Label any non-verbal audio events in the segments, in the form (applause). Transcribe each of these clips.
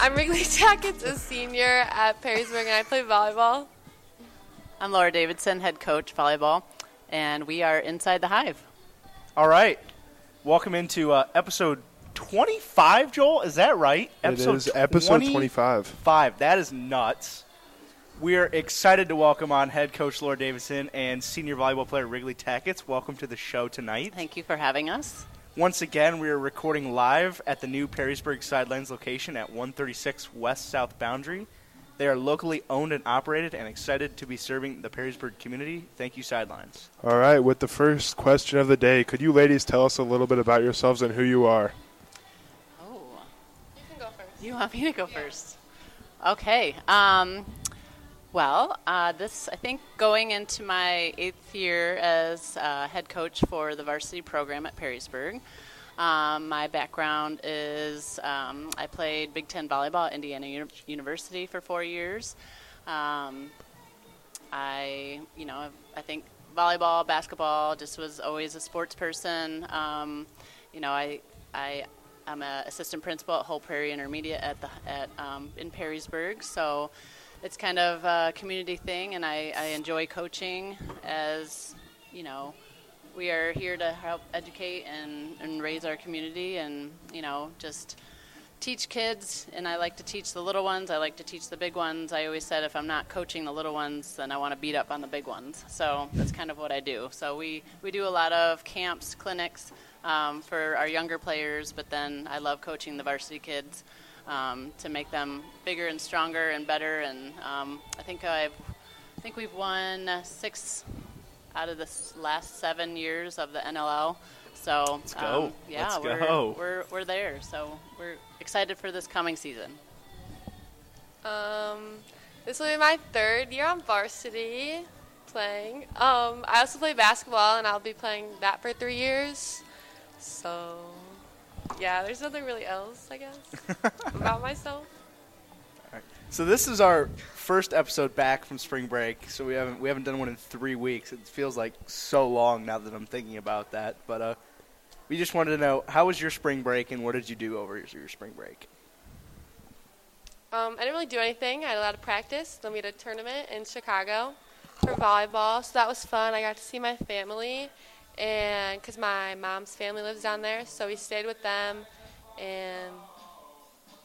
I'm Wrigley Jackets, a senior at Perrysburg, and I play volleyball. I'm Laura Davidson, head coach volleyball, and we are inside the hive. All right. Welcome into uh, episode 25, Joel. Is that right? it is episode 25. 25. That is nuts. We are excited to welcome on head coach Laura Davidson and senior volleyball player Wrigley Tackett. Welcome to the show tonight. Thank you for having us. Once again, we are recording live at the new Perrysburg Sidelines location at 136 West South Boundary. They are locally owned and operated and excited to be serving the Perrysburg community. Thank you, Sidelines. All right, with the first question of the day, could you ladies tell us a little bit about yourselves and who you are? Oh, You can go first. you want me to go first? Okay. Um, well, uh, this, I think, going into my eighth year as uh, head coach for the varsity program at Perrysburg. Um, my background is um, I played Big Ten volleyball at Indiana Uni- University for four years. Um, I, you know, I think volleyball, basketball, just was always a sports person. Um, you know, I, I, I'm an assistant principal at Whole Prairie Intermediate at the at um, in Perrysburg, so it's kind of a community thing, and I, I enjoy coaching as, you know. We are here to help educate and, and raise our community and, you know, just teach kids, and I like to teach the little ones. I like to teach the big ones. I always said if I'm not coaching the little ones, then I want to beat up on the big ones. So that's kind of what I do. So we, we do a lot of camps, clinics um, for our younger players, but then I love coaching the varsity kids um, to make them bigger and stronger and better. And um, I think I've I think we've won uh, six out of the s- last seven years of the NLL. So let's go. yeah, Let's we're, go. we're we're there. So we're excited for this coming season. Um, this will be my third year on varsity playing. Um, I also play basketball, and I'll be playing that for three years. So, yeah, there's nothing really else, I guess, about myself. So this is our first episode back from spring break. So we haven't we haven't done one in three weeks. It feels like so long now that I'm thinking about that. But uh, we just wanted to know how was your spring break and what did you do over your- your spring break? Um, I didn't really do anything. I had a lot of practice. Then we had a tournament in Chicago for volleyball, so that was fun. I got to see my family, and because my mom's family lives down there, so we stayed with them. And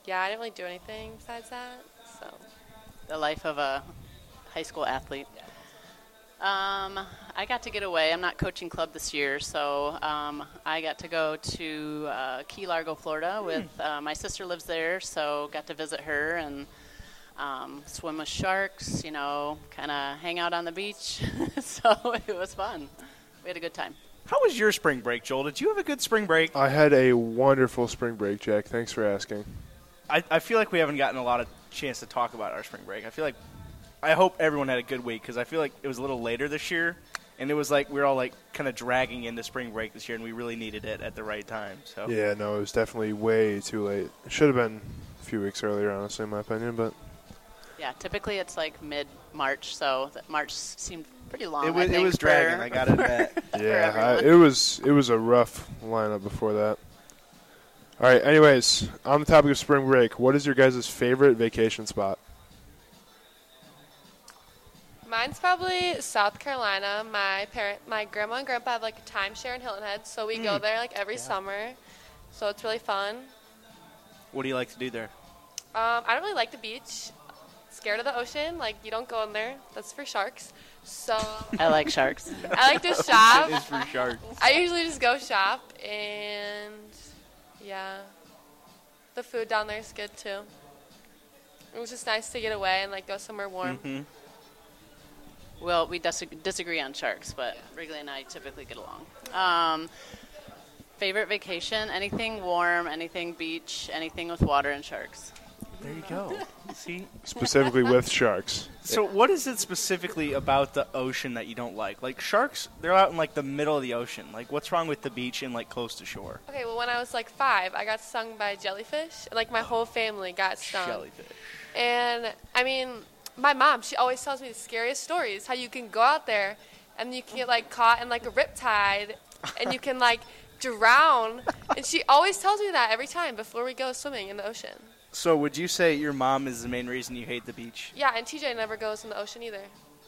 yeah, I didn't really do anything besides that. So the life of a high school athlete. Um, I got to get away. I'm not coaching club this year, so um, I got to go to uh, Key Largo, Florida, with uh, my sister lives there, so got to visit her and um, swim with sharks. You know, kind of hang out on the beach. (laughs) so it was fun. We had a good time. How was your spring break, Joel? Did you have a good spring break? I had a wonderful spring break, Jack. Thanks for asking. I, I feel like we haven't gotten a lot of chance to talk about our spring break. I feel like I hope everyone had a good week because I feel like it was a little later this year, and it was like we were all like kind of dragging into spring break this year, and we really needed it at the right time. So Yeah, no, it was definitely way too late. It should have been a few weeks earlier, honestly, in my opinion, but Yeah, typically it's like mid March, so that March seemed pretty long. it I was it think, was dragging. for- I got to admit. yeah, I, everyone. it was it was a rough lineup before that. All right, anyways, on the topic of spring break, what is your guys' favorite vacation spot? mine's probably South Carolina. My parent, my grandma and grandpa have like a timeshare in Hilton Head, so we go there like every summer. So it's really fun. what do you like to do there? Um, I don't really like the beach. Scared of the ocean. Like you don't go in there. That's for sharks. So I like sharks. I (laughs) like to It is shop. for (laughs) sharks. I usually just go shop and yeah, the food down there is good too. It was just nice to get away and like go somewhere warm. Mm-hmm. Well, we dis- disagree on sharks, but Wrigley and I typically get along. Um, favorite vacation? Anything warm, anything beach, anything with water and sharks. There you go. See. Specifically with sharks. So what is it specifically about the ocean that you don't like? Like sharks, they're out in like the middle of the ocean. Like what's wrong with the beach and like close to shore? Okay, well when I was like five, I got stung by a jellyfish. and, Like my whole family got stung. Jellyfish. And I mean, my mom, she always tells me the scariest stories how you can go out there and you can get like caught in like a riptide and you can like drown. And she always tells me that every time before we go swimming in the ocean. So would you say your mom is the main reason you hate the beach? Yeah, and TJ never goes in the ocean either.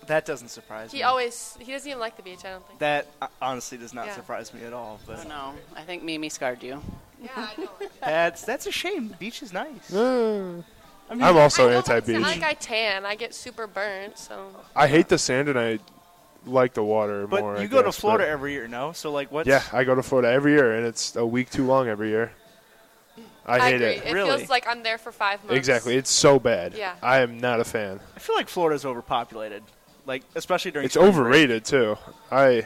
That doesn't surprise me. He always he doesn't even like the beach, I don't think. That uh, honestly does not Yeah. surprise me at all. Oh But no, I think Mimi scarred you. Yeah, I know. that's that's a shame. The beach is nice. Eh, I mean, I'm also anti It's not beach. like I tan. I get super burnt, so I hate the sand and I like the water but more. I you go guess, to but- Florida every year, no? So like, what's Yeah, I go to Florida every year and it's a week too long every year. I hate agree. it. It Really? feels like I'm there for five months. Exactly. It's so bad. Yeah. I am not a fan. I feel like Florida's overpopulated. Like especially during It's spring overrated too. I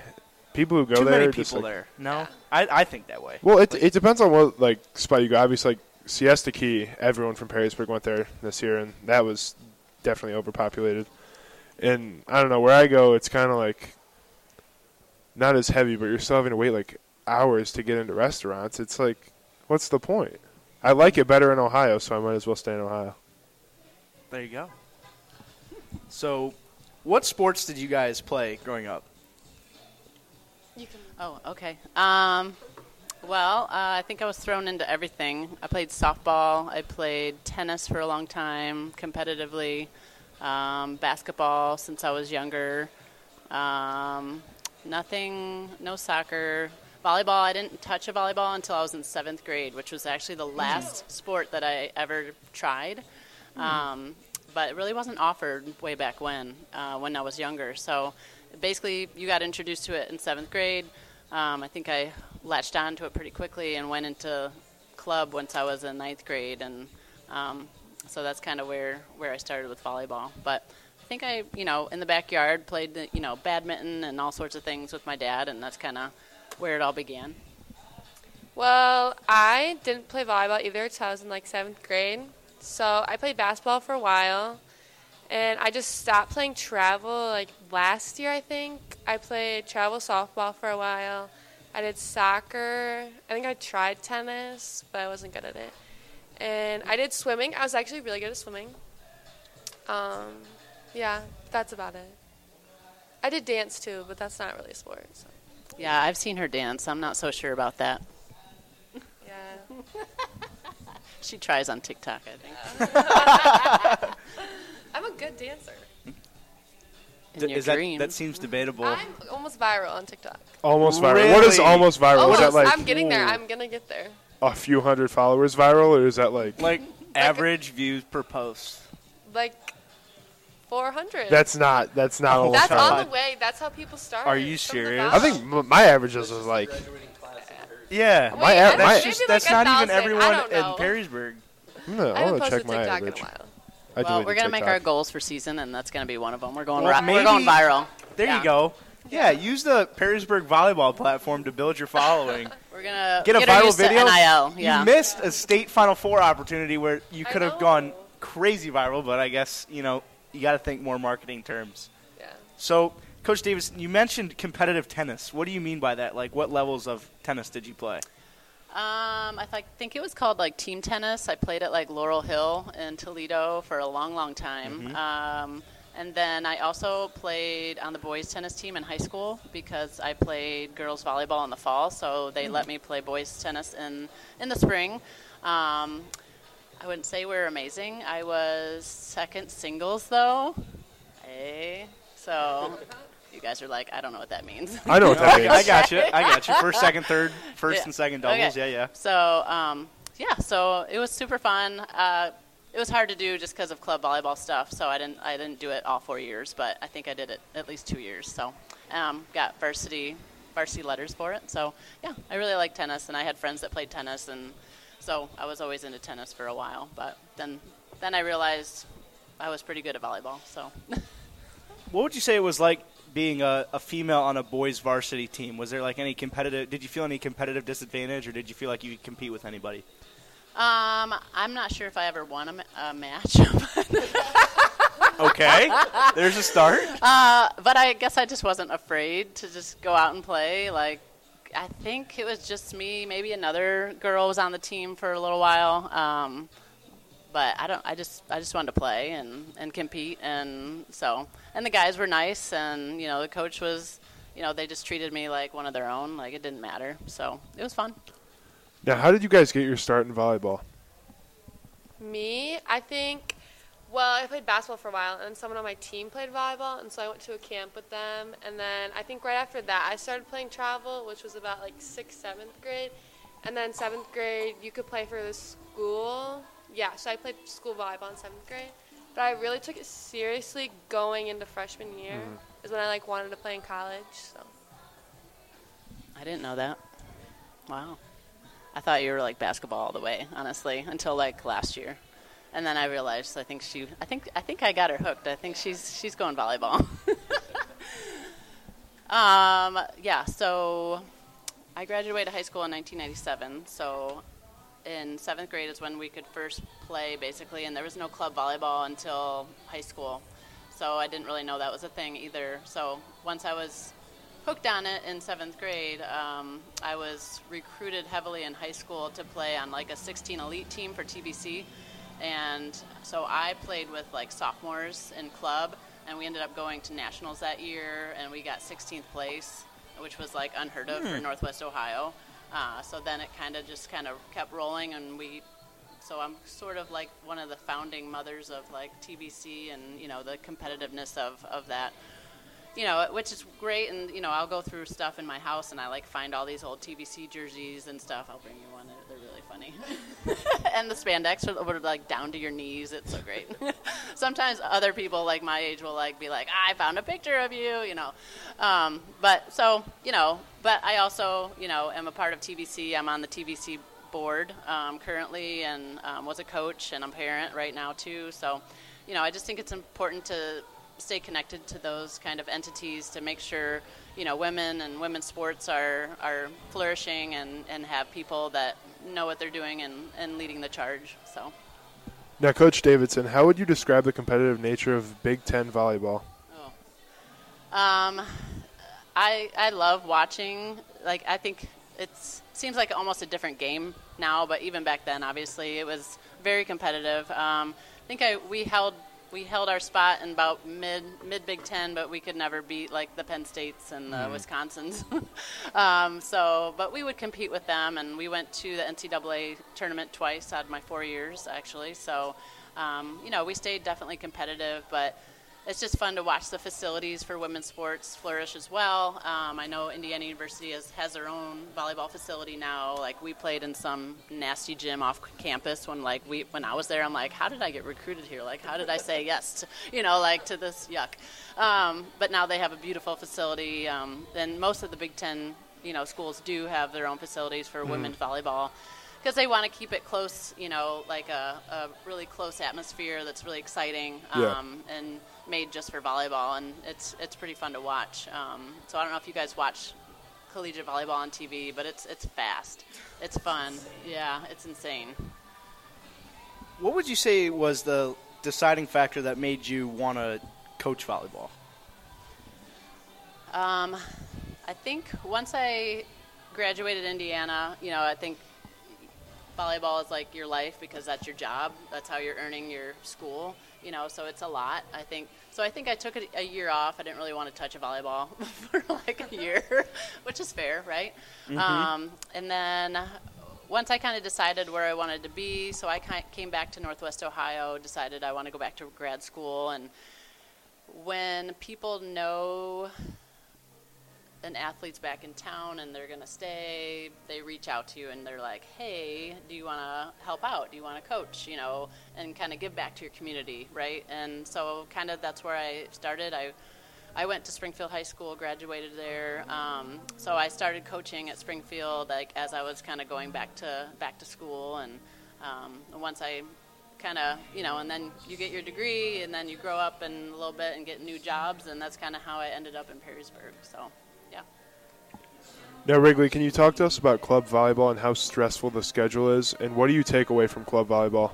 people who go break. Too there many are just people like, there. No, I I think that way. Well, it it depends on what like spot you go. Obviously, like Siesta Key, everyone from Perrysburg went there this year, and that was definitely overpopulated. And I don't know where I go. It's kind of like not as heavy, but you're still having to wait like hours to get into restaurants. It's like, what's the point? I like it better in Ohio, so I might as well stay in Ohio. There you go. So, what sports did you guys play growing up? You can Oh, okay. Um, well, uh, I think I was thrown into everything. I played softball. I played tennis for a long time, competitively. Um, basketball since I was younger. Um, nothing. No soccer. Volleyball. I didn't touch a volleyball until I was in seventh grade, which was actually the last sport that I ever tried. Um, but it really wasn't offered way back when, uh, when I was younger. So basically, you got introduced to it in seventh grade. Um, I think I latched on to it pretty quickly and went into club once I was in ninth grade. And um, so that's kind of where, where I started with volleyball. But I think I, you know, in the backyard played, the, you know, badminton and all sorts of things with my dad, and that's kind of where it all began. Well, I didn't play volleyball either until I was in like seventh grade. So I played basketball for a while, and I just stopped playing travel like last year. I think I played travel softball for a while. I did soccer. I think I tried tennis, but I wasn't good at it. And I did swimming. I was actually really good at swimming. Um, yeah, that's about it. I did dance too, but that's not really a sport. So. Yeah, I've seen her dance. I'm not so sure about that. Yeah. She tries on TikTok, I think. I'm a good dancer. In D- your is that, dreams. that seems debatable. I'm almost viral on TikTok. Almost viral. What is Really? almost viral? Almost. is that like I'm getting there. I'm gonna get there. a few hundred followers viral, or is that like, (laughs) like average views per post. Like 400. that's not that's not almost That's viral? on the way. That's how people start. Are you from the serious? I bottom. think m- my averages was like Yeah, Wait, my that's, ad- my- maybe Just- like that's a not even thousand. I everyone don't know. in Perrysburg. I'm gonna, I I haven't want to posted Oh, check my TikTok average. in a while. I well, deleted we're gonna make our TikTok. goals for season, and that's gonna be one of them. We're going. Well, ri- maybe- we're going viral. There Yeah. you go. Yeah, use the Perrysburg volleyball platform to build (laughs) your following. We're gonna Get a her viral used to video. NIL. Yeah. You missed a state Final Four opportunity where you I could have know. gone crazy viral, but I guess you know you got to think more marketing terms. Yeah. So, Coach Davis, you mentioned competitive tennis. What do you mean by that? Like, what levels of tennis did you play? Um, I th- think it was called like team tennis. I played at like Laurel Hill in Toledo for a long, long time. Um, and then I also played on the boys tennis team in high school because I played girls volleyball in the fall, so they let me play boys tennis in in the spring. Um, I wouldn't say we are amazing. I was second singles though. Hey, so you guys are like, I don't know what that means. (laughs) I know (laughs) what that means. I got you. I got you. First, second, third, first Yeah. and second doubles. Okay. Yeah, yeah. So um, yeah, so it was super fun. Uh, it was hard to do just because of club volleyball stuff, so I didn't I didn't do it all four years, but I think I did it at least two years. So um, got varsity varsity letters for it. So yeah, I really like tennis, and I had friends that played tennis, and so I was always into tennis for a while. But then then I realized I was pretty good at volleyball. So What would you say it was like being a, a female on a boys varsity team? Was there like any competitive? Did you feel any competitive disadvantage, or did you feel like you could compete with anybody? um, I'm not sure if I ever won a, ma- a match. (laughs) Okay, there's a start. Uh, but I guess I just wasn't afraid to just go out and play. Like, I think it was just me. Maybe another girl was on the team for a little while. Um, But I don't. I just I just wanted to play and and compete and so and the guys were nice and you know the coach was you know they just treated me like one of their own like it didn't matter so it was fun. Now, how did you guys get your start in volleyball? Me, I think. Well, I played basketball for a while, and someone on my team played volleyball, and so I went to a camp with them. And then I think right after that, I started playing travel, which was about like sixth, seventh grade. And then seventh grade, you could play for the school. Yeah, so I played school volleyball in seventh grade. But I really took it seriously going into freshman year, is when I like wanted to play in college. So I didn't know that. Wow. I thought you were like basketball all the way, honestly, until like last year. And then I realized I think she I think I think I got her hooked. I think she's she's going volleyball. (laughs) um, yeah, so I graduated high school in 1997. So in 7th grade is when we could first play basically and there was no club volleyball until high school. So I didn't really know that was a thing either. So once I was hooked on it in seventh grade. Um, I was recruited heavily in high school to play on like a 16 elite team for TBC, and so I played with like sophomores in club, and we ended up going to nationals that year, and we got 16th place, which was like unheard of for Northwest Ohio. Uh, so then it kind of just kind of kept rolling, and we. So I'm sort of like one of the founding mothers of like TBC and you know the competitiveness of of that you know, which is great. And you know, I'll go through stuff in my house, and I like find all these old TBC jerseys and stuff. I'll bring you one; they're, they're really funny. (laughs) and the spandex are, are like down to your knees. It's so great. (laughs) Sometimes other people like my age will like be like, "I found a picture of you," you know. Um, but so you know, but I also you know am a part of TBC. I'm on the TBC board um, currently, and um, was a coach, and I'm a parent right now too. So, you know, I just think it's important to stay connected to those kind of entities to make sure you know women and women's sports are are flourishing and and have people that know what they're doing and and leading the charge so Now, Coach Davidson, how would you describe the competitive nature of Big Ten volleyball? Oh. Um, I I love watching. Like I think it's seems like almost a different game now, but even back then, obviously, it was very competitive. Um, I think I we held we held our spot in about mid mid Big Ten, but we could never beat like the Penn States and the Wisconsins. (laughs) um, so, but we would compete with them, and we went to the NCAA tournament twice out of my four years actually. So, um, you know, we stayed definitely competitive, but it's just fun to watch the facilities for women's sports flourish as well. Um, I know Indiana University has, has their own volleyball facility now. Like we played in some nasty gym off campus when like we when I was there. I'm like, how did I get recruited here? Like how did I say yes? To, you know, like to this yuck. Um, but now they have a beautiful facility. Um, and most of the Big Ten, you know, schools do have their own facilities for women's volleyball because they want to keep it close, you know, like a, a really close atmosphere that's really exciting Yeah. um, and made just for volleyball, and it's it's pretty fun to watch. Um, so I don't know if you guys watch collegiate volleyball on TV, but it's it's fast, it's fun, yeah, it's insane. What would you say was the deciding factor that made you want to coach volleyball? Um, I think once I graduated Indiana, you know, I think volleyball is like your life because that's your job. That's how you're earning your school. You know, so it's a lot. I think so. I think I took a, a year off. I didn't really want to touch a volleyball (laughs) for like a year, (laughs) which is fair, right? Um, and then once I kind of decided where I wanted to be, so I ki came back to Northwest Ohio. Decided I want to go back to grad school, and when people know an athlete's back in town and they're going to stay, they reach out to you and they're like, hey, do you want to help out? Do you want to coach? You know, and kind of give back to your community, right? And so, kind of, that's where I started. I I went to Springfield High School, graduated there. Um, so I started coaching at Springfield, like as I was kind of going back to back to school, and um, and once I kind of you know, and then you get your degree, and then you grow up and a little bit and get new jobs, and that's kind of how I ended up in Perrysburg. So, yeah. Now, Wrigley, can you talk to us about club volleyball and how stressful the schedule is, and what do you take away from club volleyball?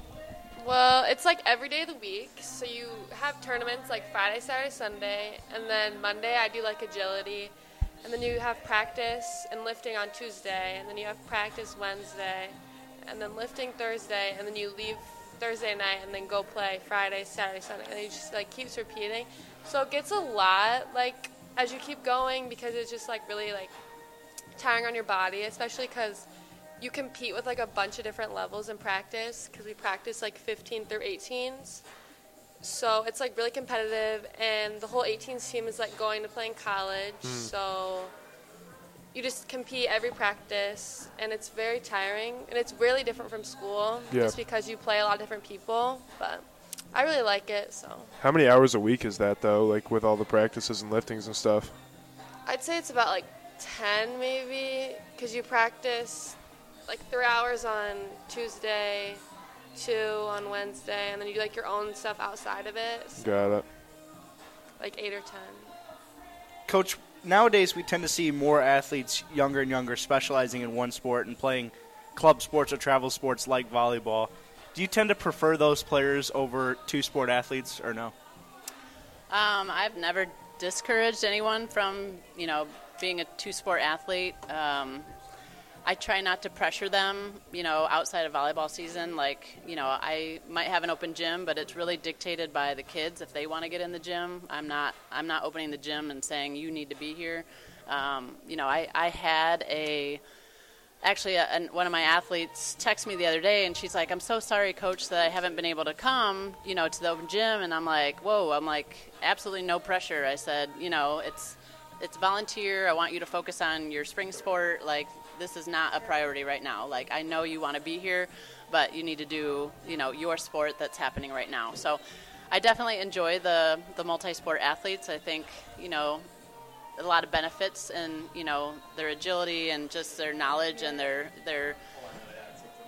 Well, it's like every day of the week. So you have tournaments like Friday, Saturday, Sunday, and then Monday I do like agility, and then you have practice and lifting on Tuesday, and then you have practice Wednesday, and then lifting Thursday, and then you leave Thursday night and then go play Friday, Saturday, Sunday, and it just like keeps repeating. So it gets a lot like as you keep going because it's just like really like tiring on your body, especially because you compete with like a bunch of different levels in practice because we practice like 15 through 18s. So it's like really competitive, and the whole 18s team is like going to play in college. So you just compete every practice, and it's very tiring, and it's really different from school Yeah. just because you play a lot of different people. But I really like it, so How many hours a week is that though? Like with all the practices and liftings and stuff. I'd say it's about like 10 maybe, because you practice like three hours on Tuesday, two on Wednesday, and then you do like your own stuff outside of it, so, Got it. like eight or 10. Coach, nowadays we tend to see more athletes younger and younger specializing in one sport and playing club sports or travel sports like volleyball. Do you tend to prefer those players over two sport athletes or no? Um, I've never discouraged anyone from, you know, being a two-sport athlete. Um, I try not to pressure them, you know, outside of volleyball season. Like, you know, I might have an open gym, but it's really dictated by the kids. If they want to get in the gym, I'm not. I'm not opening the gym and saying you need to be here. Um, you know, I, I had a actually a, an one of my athletes texted me the other day and she's like i'm so sorry coach that i haven't been able to come you know to the open gym and i'm like whoa i'm like absolutely no pressure i said you know it's it's volunteer i want you to focus on your spring sport like this is not a priority right now like i know you want to be here but you need to do you know your sport that's happening right now so i definitely enjoy the the multi-sport athletes i think you know a lot of benefits and you know their agility and just their knowledge and their their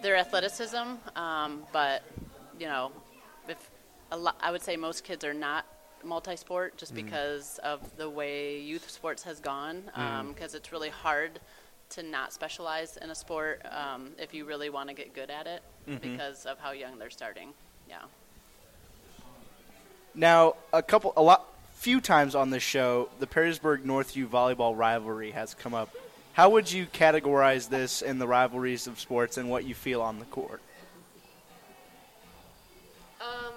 their athleticism um, but you know if a lot, I would say most kids are not multi-sport just because of the way youth sports has gone because it's really hard to not specialize in a sport um, if you really want to get good at it because of how young they're starting yeah Now, a couple, a lot, few times on this show, the Perrysburg North U volleyball rivalry has come up. How would you categorize this in the rivalries of sports and what you feel on the court? Um,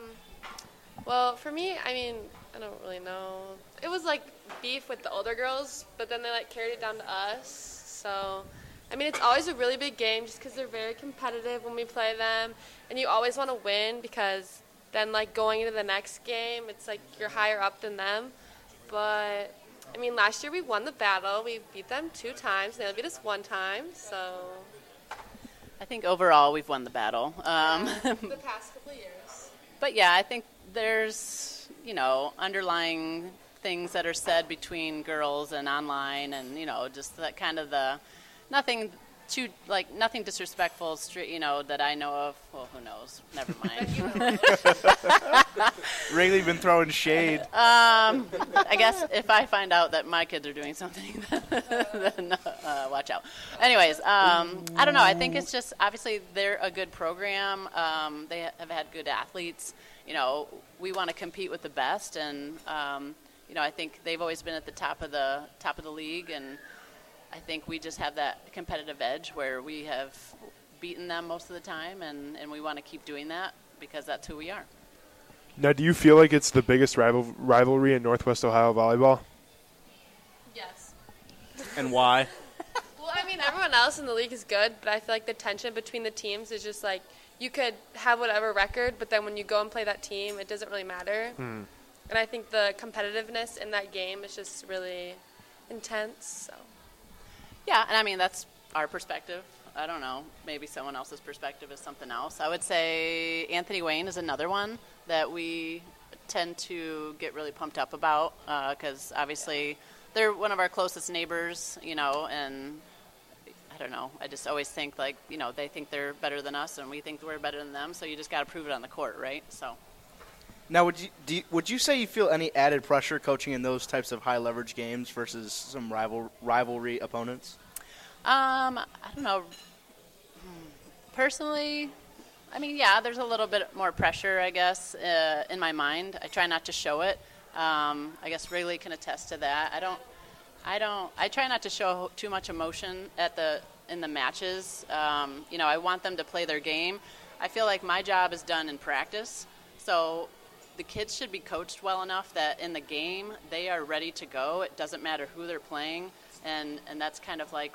Well, for me, I mean, I don't really know. It was like beef with the older girls, but then they like carried it down to us. So, I mean, it's always a really big game just because they're very competitive when we play them, and you always want to win because then like going into the next game, it's like you're higher up than them. But I mean, last year we won the battle. We beat them two times. They only beat us one time. So I think overall we've won the battle um, the past couple of years. But yeah, I think there's you know underlying things that are said between girls and online, and you know just that kind of the nothing too like nothing disrespectful, straight you know that I know of. Well, who knows? Never mind. Wrigley been throwing shade. I guess if I find out that my kids are doing something, (laughs) then uh, watch out. Anyways, um, I don't know. I think it's just obviously they're a good program. Um, they have had good athletes. You know, we want to compete with the best, and um, you know, I think they've always been at the top of the top of the league, and I think we just have that competitive edge where we have beaten them most of the time, and, and we want to keep doing that because that's who we are. Now, do you feel like it's the biggest rival- rivalry in Northwest Ohio volleyball? Yes. and why? Well, I mean, everyone else in the league is good, but I feel like the tension between the teams is just like you could have whatever record, but then when you go and play that team, it doesn't really matter. And I think the competitiveness in that game is just really intense. So Yeah, and I mean that's our perspective. I don't know. Maybe someone else's perspective is something else. I would say Anthony Wayne is another one that we tend to get really pumped up about because obviously they're one of our closest neighbors, you know, and I don't know. I just always think like you know they think they're better than us and we think we're better than them. So you just got to prove it on the court, right? So. Now, would you, do you- would you say you feel any added pressure coaching in those types of high leverage games versus some rival rivalry opponents? Um, I don't know. Hmm. Personally, I mean, yeah, there's a little bit more pressure, I guess, uh, in my mind. I try not to show it. Um, I guess Wrigley can attest to that. I don't. I don't. I try not to show too much emotion at the in the matches. Um, you know, I want them to play their game, I feel like my job is done in practice. So the kids should be coached well enough that in the game they are ready to go. It doesn't matter who they're playing, and and that's kind of like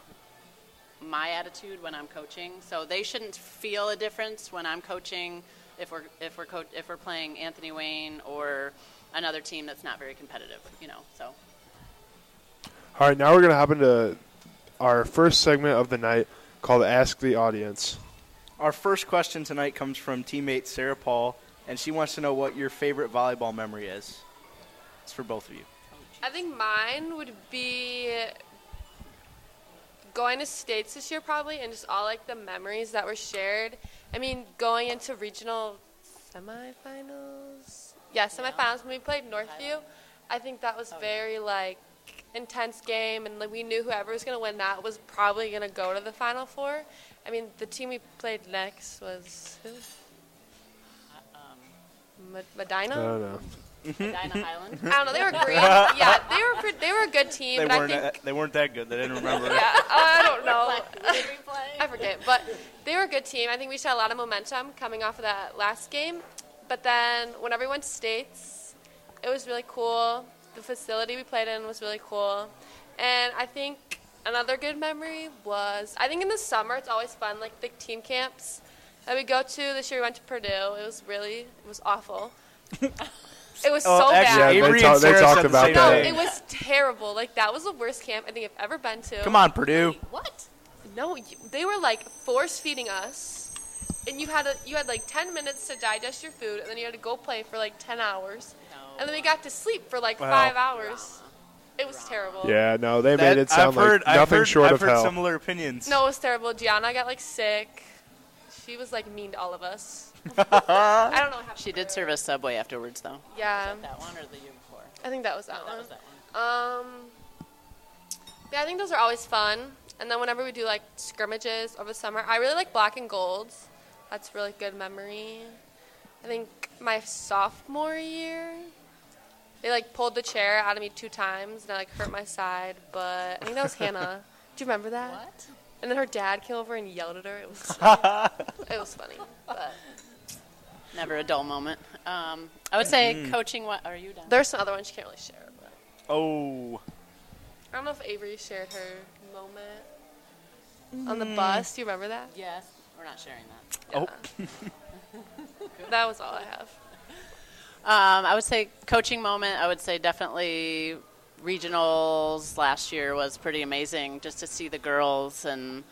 my attitude when I'm coaching. So they shouldn't feel a difference when I'm coaching if we're if we're co- if we're playing Anthony Wayne or another team that's not very competitive, you know. So All right, now we're gonna hop into our first segment of the night called "Ask the Audience." Our first question tonight comes from teammate Sarah Paul, and she wants to know what your favorite volleyball memory is. It's for both of you. I think mine would be going to states this year probably and just all like the memories that were shared. I mean, going into regional semifinals. Yeah, semifinals when we played Northview. I think that was very like intense game and like we knew whoever was going to win that was probably going to go to the final four. I mean, the team we played next was who? um, (laughs) Ma- Medina. I don't know. Medina Highland. (laughs) I don't know. They (laughs) were green. yeah, they were pre- they were a good team, They but I weren't, think that, they weren't that good. They didn't (laughs) remember. yeah, uh, I don't know. I forget, but they were a good team. I think we showed a lot of momentum coming off of that last game. But then when everyone states, it was really cool. The facility we played in was really cool, and I think another good memory was I think in the summer it's always fun like the team camps that we go to. This year we went to Purdue. It was really it was awful. (laughs) It was Oh, so actually, bad. Yeah, they Avery talk- and they Sarah talked said the about same No, that. thing. it was terrible. Like that was the worst camp I think I've ever been to. Come on, Purdue. What? No, you, they were like force feeding us, and you had a, you had like ten minutes to digest your food, and then you had to go play for like ten hours, No. and then we got to sleep for like Wow. five hours. It was terrible. Yeah, no, they That- made it sound I've heard, like nothing I've heard, short I've of heard hell. similar opinions. No, it was terrible. Gianna got like sick. She was like mean to all of us. I don't know how She did serve us Subway afterwards, though. Yeah, That one or the year before? I think that was that That one. was that one. Um, yeah, I think those are always fun. And then whenever we do like scrimmages over the summer, I really like black and golds. That's a really good memory. I think my sophomore year, they like pulled the chair out of me two times and I like hurt my side. But I think that was Hannah. Do you remember that? What? And then her dad came over and yelled at her. It was it was funny. But Never a dull moment. Um, I would say coaching. What are you done? there's some other ones you can't really share. But Oh. I don't know if Avery shared her moment on the bus. Do you remember that? Yes, we're not sharing that. Oh. (laughs) That was all I have. Um, I would say coaching moment. I would say definitely regionals last year was pretty amazing just to see the girls and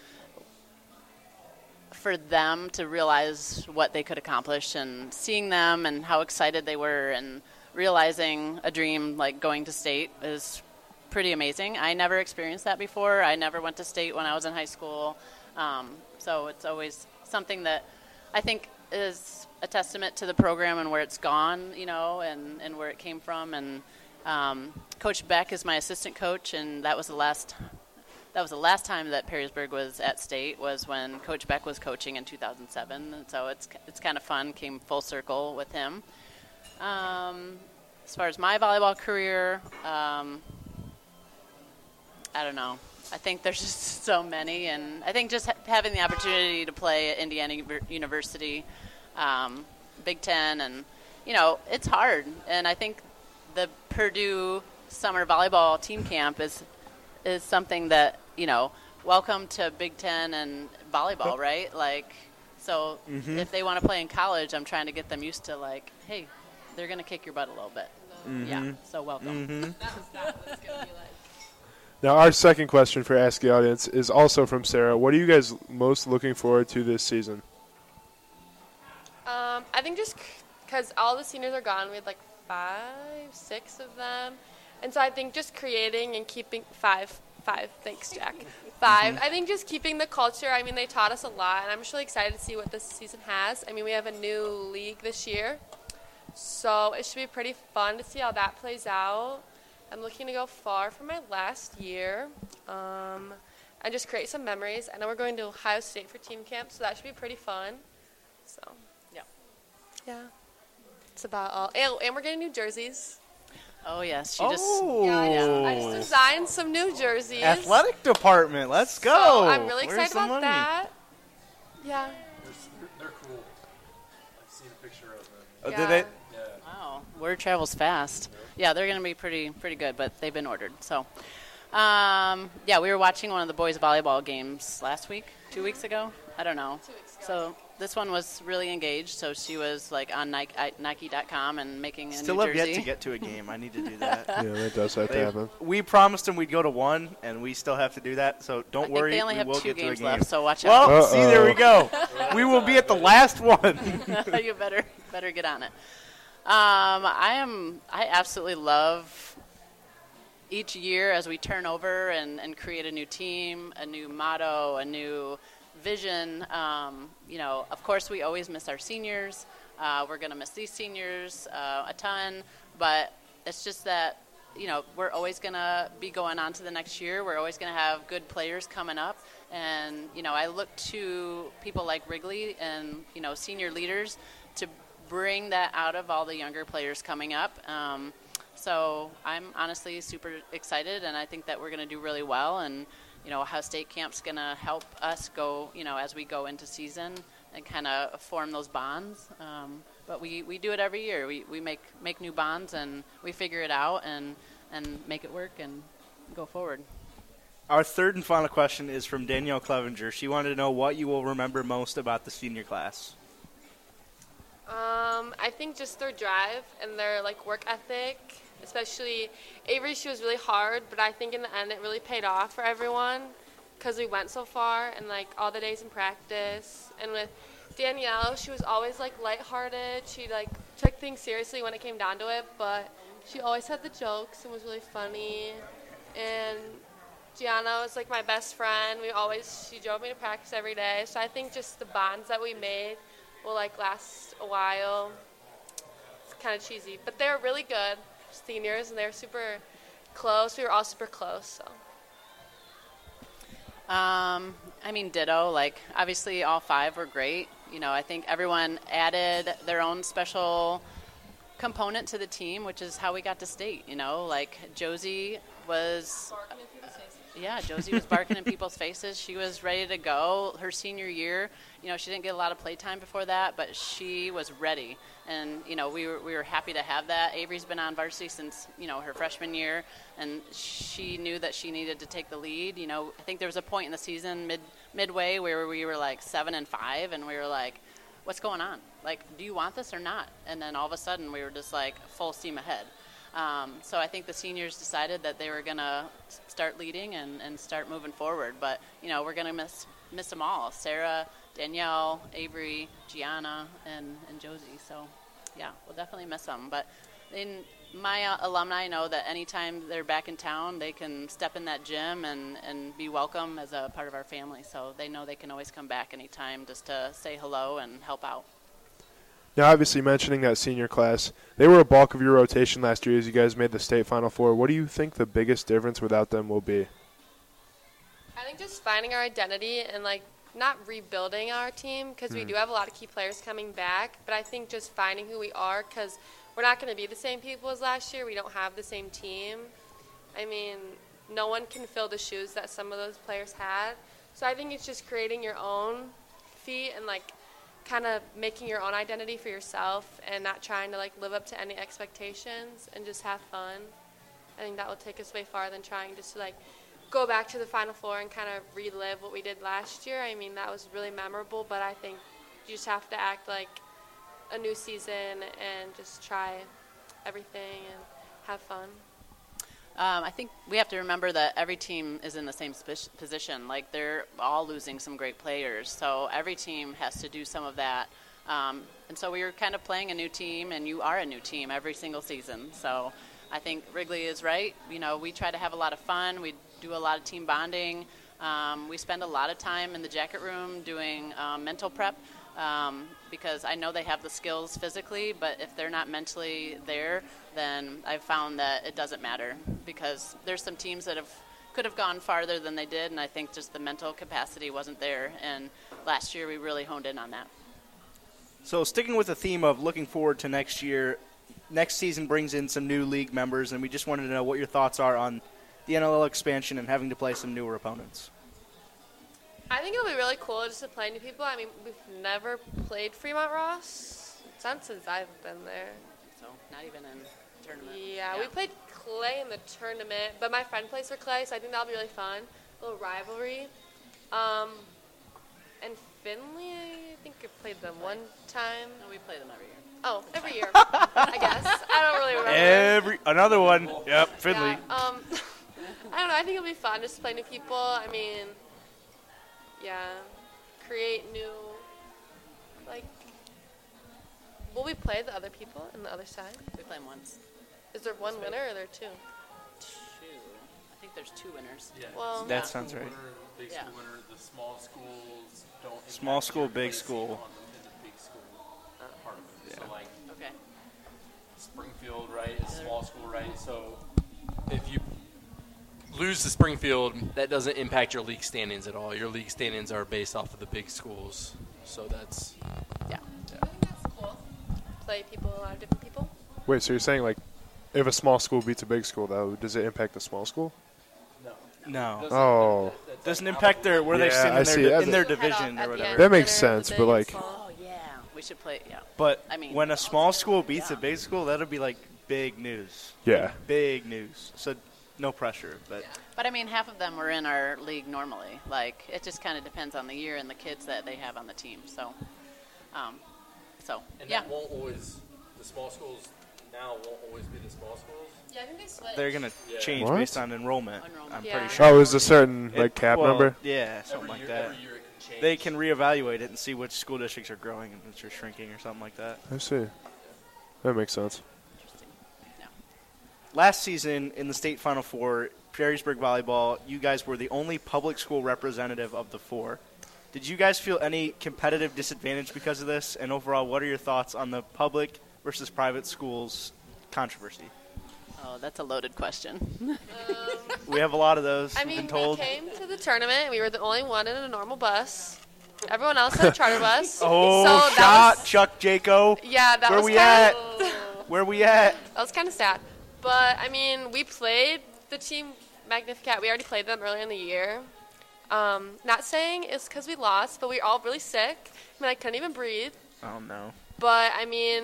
for them to realize what they could accomplish and seeing them and how excited they were and realizing a dream like going to state is pretty amazing. I never experienced that before. I never went to state when I was in high school. Um, so it's always something that I think is a testament to the program and where it's gone, you know, and, and where it came from. And um, Coach Beck is my assistant coach, and that was the last that was the last time that Perrysburg was at state was when Coach Beck was coaching in 2007. And so it's it's kind of fun. Came full circle with him. Um, as far as my volleyball career, um, I don't know. I think there's just (laughs) so many, and I think just ha- having the opportunity to play at Indiana Uver- University, um, Big Ten, and you know it's hard. And I think the Purdue summer volleyball team camp is is something that you know. Welcome to Big Ten and volleyball, right? Like, so if they want to play in college, I'm trying to get them used to like, hey, they're gonna kick your butt a little bit. Yeah, so welcome. Now, our second question for Ask the Audience is also from Sarah. What are you guys most looking forward to (laughs) this season? Um, I think just because all the seniors are gone, we had like five, six of them, and so I think just creating and keeping five, five. Thanks, Jack. 5 I think just keeping the culture. I mean, they taught us a lot, and I'm just really excited to see what this season has. I mean, we have a new league this year, so it should be pretty fun to see how that plays out. I'm looking to go far from my last year. Um, and just create some memories. I know we're going to Ohio State for team camp, so that should be pretty fun. So Yeah. yeah. It's about all. And, and we're getting new jerseys. Oh yes, she just oh. Yeah, I just, I just designed some new jerseys. Athletic department. Let's go. So I'm really Where's excited the about money? that. Yeah. They're cool. seen a picture of it. Oh, did they? Yeah. Wow, word travels fast. Yeah, they're going to be pretty pretty good, but they've been ordered. So, um, yeah, we were watching one of the boys' volleyball games last week, two weeks ago. I don't know. Two weeks ago. So this one was really engaged. So she was like on Nike, I, Nike.com and making a Still New have yet Jersey. to get to a game. I need to do that. (laughs) Yeah, that does have to They- happen. we promised them we'd go to one, and we still have to do that. So I don't think (laughs) worry, they only we have will two get games to a game. left. So watch Well, out. (laughs) see, there we go. we will be at the last one. (laughs) you better better get on it. Um, I am. I absolutely love each year as we turn over and, and create a new team, a new motto, a new vision. Um, you know, of course, we always miss our seniors. Uh, we're going to miss these seniors uh, a ton, but it's just that, you know, we're always going to be going on to the next year. We're always going to have good players coming up. And, you know, I look to people like Wrigley and, you know, senior leaders to bring that out of all the younger players coming up. Um, so I'm honestly super excited, and I think that we're going to do really well. And you know, Ohio State camp's going to help us go, you know, as we go into season and kind of form those bonds. Um, but we, we do it every year. We, we make make new bonds and we figure it out and and make it work and go forward. Our third and final question is from Danielle Clevenger. She wanted to know what you will remember most about the senior class. Um, I think just their drive and their like work ethic, especially Avery. She was really hard, but I think in the end it really paid off for everyone because we went so far and like all the days in practice. And with Danielle, she was always like lighthearted. She like took things seriously when it came down to it, but she always had the jokes and was really funny. And Gianna was like my best friend. We always she drove me to practice every day. So I think just the bonds that we made will like last a while. It's kind of cheesy, but they're really good seniors and they're super close. We were all super close. So Um, I mean, ditto. Like, obviously, all five were great. You know, I think everyone added their own special component to the team, which is how we got to state. You know, like Josie was yeah, Josie was barking in people's faces. She was ready to go. Her senior year, you know, she didn't get a lot of playtime before that, but she was ready. And, you know, we were, we were happy to have that. Avery's been on varsity since, you know, her freshman year, and she knew that she needed to take the lead. You know, I think there was a point in the season, mid, midway, where we were like seven and five, and we were like, what's going on? Like, do you want this or not? And then all of a sudden, we were just like full steam ahead. Um, so I think the seniors decided that they were going to start leading and, and start moving forward. But, you know, we're going to miss, miss them all Sarah, Danielle, Avery, Gianna, and, and Josie. So, yeah, we'll definitely miss them. But in my uh, alumni know that anytime they're back in town, they can step in that gym and, and be welcome as a part of our family. So they know they can always come back anytime just to say hello and help out. Now, obviously, mentioning that senior class, they were a bulk of your rotation last year as you guys made the state final four. What do you think the biggest difference without them will be? I think just finding our identity and like not rebuilding our team because we do have a lot of key players coming back, but I think just finding who we are because we're not going to be the same people as last year. We don't have the same team. I mean, no one can fill the shoes that some of those players had. So I think it's just creating your own feet and like kind of making your own identity for yourself and not trying to like live up to any expectations and just have fun. I think that will take us way farther than trying just to like go back to the final four and kind of relive what we did last year. I mean, that was really memorable, but I think you just have to act like a new season and just try everything and have fun. Um, I think we have to remember that every team is in the same spis- position. Like they're all losing some great players, so every team has to do some of that. Um, and so we are kind of playing a new team, and you are a new team every single season. So I think Wrigley is right. You know, we try to have a lot of fun. We do a lot of team bonding. Um, we spend a lot of time in the jacket room doing um, mental prep um, because I know they have the skills physically, but if they're not mentally there, then I've found that it doesn't matter because there's some teams that have could have gone farther than they did, and I think just the mental capacity wasn't there. And last year we really honed in on that. So, sticking with the theme of looking forward to next year, next season brings in some new league members, and we just wanted to know what your thoughts are on the NLL expansion and having to play some newer opponents. I think it'll be really cool just to play new people. I mean, we've never played Fremont Ross, It's not since I've been there. So not even in tournament. Yeah, we played clay in the tournament, but my friend plays for clay, so I think that'll be really fun. A little rivalry. Um, and Finley, I think I played them one time. No, we play them every year. Oh, every year, I guess. I don't really remember. Every another one. Yep, Finley. Yeah, um, (laughs) I don't know. I think it'll be fun just to play new people. I mean, yeah, create new, like, will we play the other people in the other side? We play them once. Is there one winner or are there two? Two. I think there's two winners. Yeah. Well, That Yeah. sounds right. Winner, big Yeah. school winner, the small schools don't. impact Small school, your big placing school. on the- in the big school part of it. So like Okay. Springfield, right? Is small school, right? So if you lose to Springfield, that doesn't impact your league standings at all. Your league standings are based off of the big schools. So that's Yeah. I think that's cool. Play people, a lot of different people. Wait, so you're saying like, if a small school beats a big school, though, does it impact the small school? no. No, Oh, doesn't impact their where they Yeah, sit I in see, their, as in a- their We'll head off division at or the whatever. end That of makes dinner with sense, the but, big like- small. yeah. We should play. Yeah. But I mean- when a small school beats Yeah. a big school, that'll be like big news. Yeah. Big news. So no pressure, but But I mean, half of them were in our league normally. Like it just kind of depends on the year and the kids that they have on the team. So, um, so And yeah. that won't always the small schools now won't always be the small schools. Yeah, I think they switch. they're gonna Yeah. change What? based on enrollment. Enrollment. I'm Yeah. pretty sure. Oh, is a certain like It- cap well, number? Yeah, something every like year, that. Every year it can change. They can reevaluate it and see which school districts are growing and which are shrinking or something like that. I see. That (laughs) makes sense. Interesting. Last season in the state final four, Perrysburg volleyball, you guys were the only public school representative of the four. Did you guys feel any competitive disadvantage because of this? And overall, what are your thoughts on the public versus private schools controversy? Oh, that's a loaded question. We have a lot of those. I we've mean, been told. we came to the tournament. We were the only one in a normal bus. Everyone else had a charter (laughs) bus. oh, so that shot, was, Chuck Jaco. Yeah, that Where was we kind at? of Where we at? that was kind of sad. But I mean, we played the team Magnificat. We already played them earlier in the year. Um, not saying it's because we lost, but we were all really sick. I mean, I couldn't even breathe. Oh no. But I mean,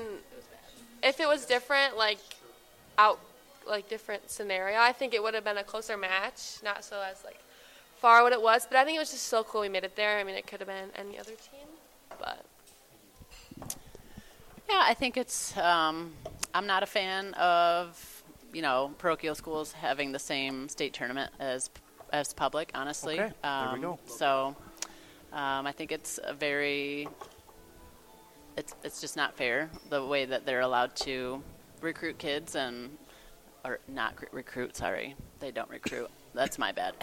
if it was different, like out, like different scenario, I think it would have been a closer match. Not so as like far what it was, but I think it was just so cool we made it there. I mean, it could have been any other team, but Yeah, I think it's. Um, I'm not a fan of you know parochial schools having the same state tournament as as public. Honestly, Okay, there we um, go. So, um, I think it's a very. It's it's just not fair the way that they're allowed to recruit kids and or not cr- recruit. Sorry, they don't recruit. That's my bad.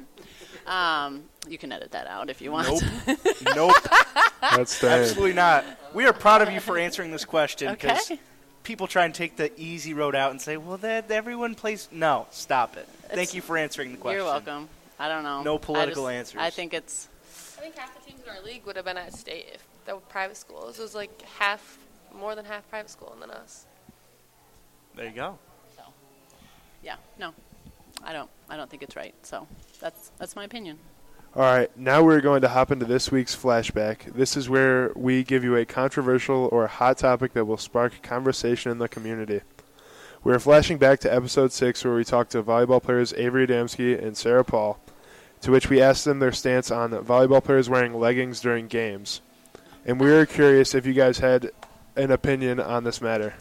(coughs) um, you can edit that out if you want. Nope. Nope. That's the Absolutely not. We are proud of you for answering this question (laughs) because Okay. people try and take the easy road out and say, "Well, that everyone plays." No, stop it. Thank It's- you for answering the question. You're welcome. I don't know. No I political just- answers. I think it's I think half the teams in our league would have been at state if the private schools. It was like half, more than half private school, and then us. There you go. So, yeah, no, I don't. I don't think it's right. So that's that's my opinion. All right, now we're going to hop into this week's flashback. This is where we give you a controversial or hot topic that will spark conversation in the community. We're flashing back to episode 6 where we talked to volleyball players Avery Adamski and Sarah Paul, to which we asked them their stance on volleyball players wearing leggings during games. And we were curious if you guys had an opinion on this matter.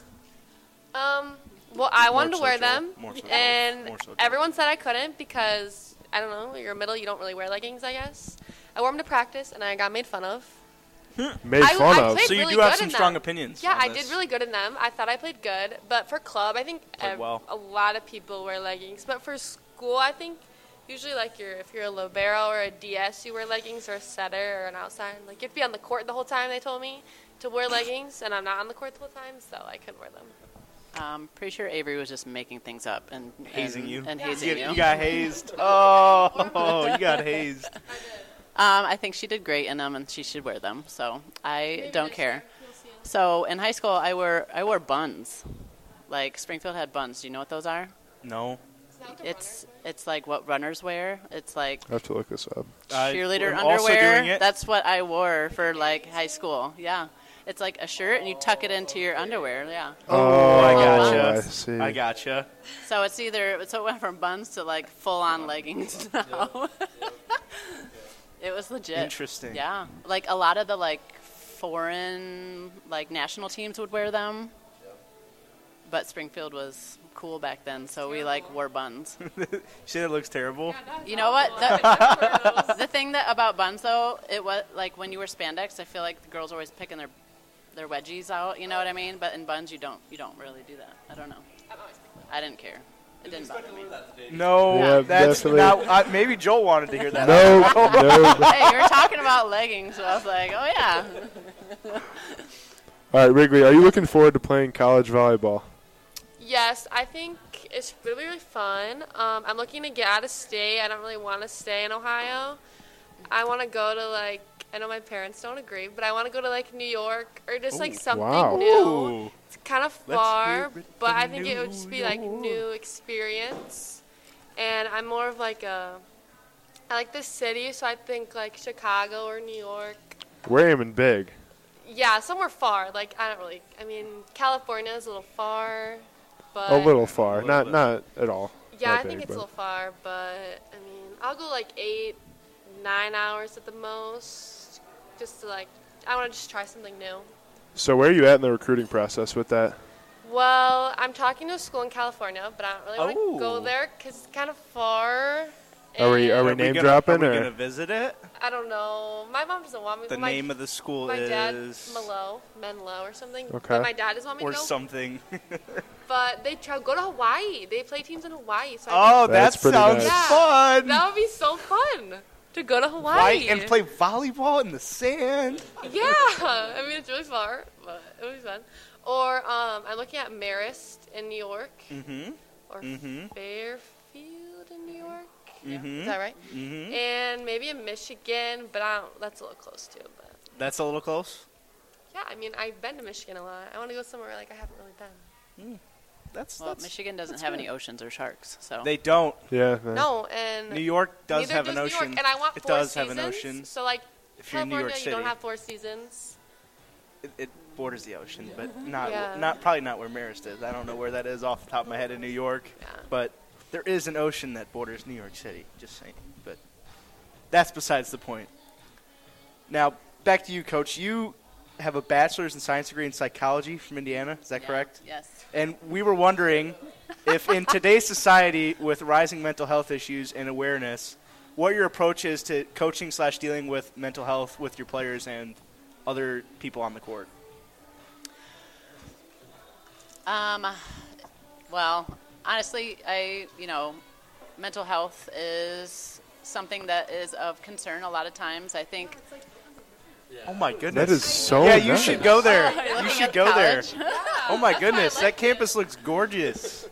Um, well, I wanted More to wear social, them, more social, and more social. everyone said I couldn't because I don't know. You're middle, you don't really wear leggings, I guess. I wore them to practice, and I got made fun of. Made I- fun I of. played- So you really do have good some in strong that. opinions. Yeah, on I this. did really good in them. I thought I played good, but for club, I think Played ev- well. a lot of people wear leggings. But for school, I think usually like you're if you're a libero or a DS, you wear leggings, or a setter or an outside. Like you have to be on the court the whole time. They told me to wear leggings, and I'm not on the court the whole time, so I couldn't wear them. Um, pretty sure Avery was just making things up and hazing and, you. and Yeah. hazing you, you. get- you got hazed. Oh, (laughs) you got hazed. um, I think she did great in them, and she should wear them. So I don't care. So in high school, I wore I wore buns. Like Springfield had buns. Do you know what those are? No. It's it's like what runners wear. It's like I have to look this up. I- cheerleader I'm underwear. Also doing it. That's what I wore for like high school. Yeah, It's like a shirt, and you tuck it into your underwear. Yeah. Oh, I gotcha. I see. I gotcha. So it's either so it went from buns to like full on leggings (laughs) now. it was legit. Interesting. Yeah, like a lot of the like foreign like national teams would wear them. But Springfield was cool back then, so we like wore buns. You say that looks terrible. You know what? The, the thing that about buns though, it was like when you wear spandex, I feel like the girls were always picking their their wedgies out. You know what I mean? But in buns, you don't you don't really do that. I don't know. I didn't care. It didn't bother me. No, Yeah, that's definitely. not. I, maybe Joel wanted to hear that. (laughs) No, no. All hey, you were talking about leggings, so I was like, oh yeah. right, Wrigley, are you looking forward to playing college volleyball? Yes, I think it's going to be really fun. Um, I'm looking to get out of state. I don't really want to stay in Ohio. I want to go to like I know my parents don't agree, but I want to go to like New York or just like something wow. new. It's kind of Let's far, hear it but from I think it would New just be like new experience. And I'm more of like a I like the city, so I think like Chicago or New York. We're aiming big. Yeah, somewhere far. Like I don't really. I mean, California is a little far, but Oh, A little far, little not bit. not at all. Uh, Yeah, Not I think big, it's a but- little far, but I mean, I'll go like eight, nine hours at the most, just to like, I want to just try something new. So where are you at in the recruiting process with that? Well, I'm talking to a school in California, but I don't really want to Oh. go there because it's kind of far. Are we- are and we Are we name gonna, dropping, Are we or- gonna visit it? I don't know. My mom doesn't want me. The my, name of the school my dad, is Malo, Menlo or something. Okay. But my dad doesn't want me or to go. something. But they try go to Hawaii. They play teams in Hawaii. So I oh, that That's pretty sounds nice. Yeah. fun. think that would be so fun to go to Hawaii Why and play volleyball in the sand? Yeah, I mean it's really far, but it would be fun. Or um, I'm looking at Marist in New York, Mm-hmm. or Mhm. Fairfield in New York. Is Mm-hmm. that right? Mm-hmm. And maybe in Michigan, but I don't. That's a little close too. But That's a little close. yeah, I mean I've been to Michigan a lot. I want to go somewhere like I haven't really been. That's, Well, that's Michigan doesn't that's have good. any oceans or sharks, so They don't. Yeah. man. No, and New York does neither have an does ocean. New York, and I want it four does seasons. have an ocean. So like If you're in New California, York City, you don't have four seasons. it, it borders the ocean, but not Yeah. not probably not where Marist is. I don't know where that is off the top of my head in New York, Yeah. but there is an ocean that borders New York City. Just saying, but that's besides the point. Now back to you, Coach. You have a bachelor's in science degree in psychology from Indiana. Is that Yeah, correct? Yes. And we were wondering if, in today's society with rising mental health issues and awareness, what your approach is to coaching slash dealing with mental health with your players and other people on the court. Um, well, honestly, I you know, mental health is something that is of concern a lot of times. I think. Oh my goodness! That is so. yeah, you nice. should go there. (laughs) You're looking You should at go there. college. Oh my goodness, that campus looks gorgeous.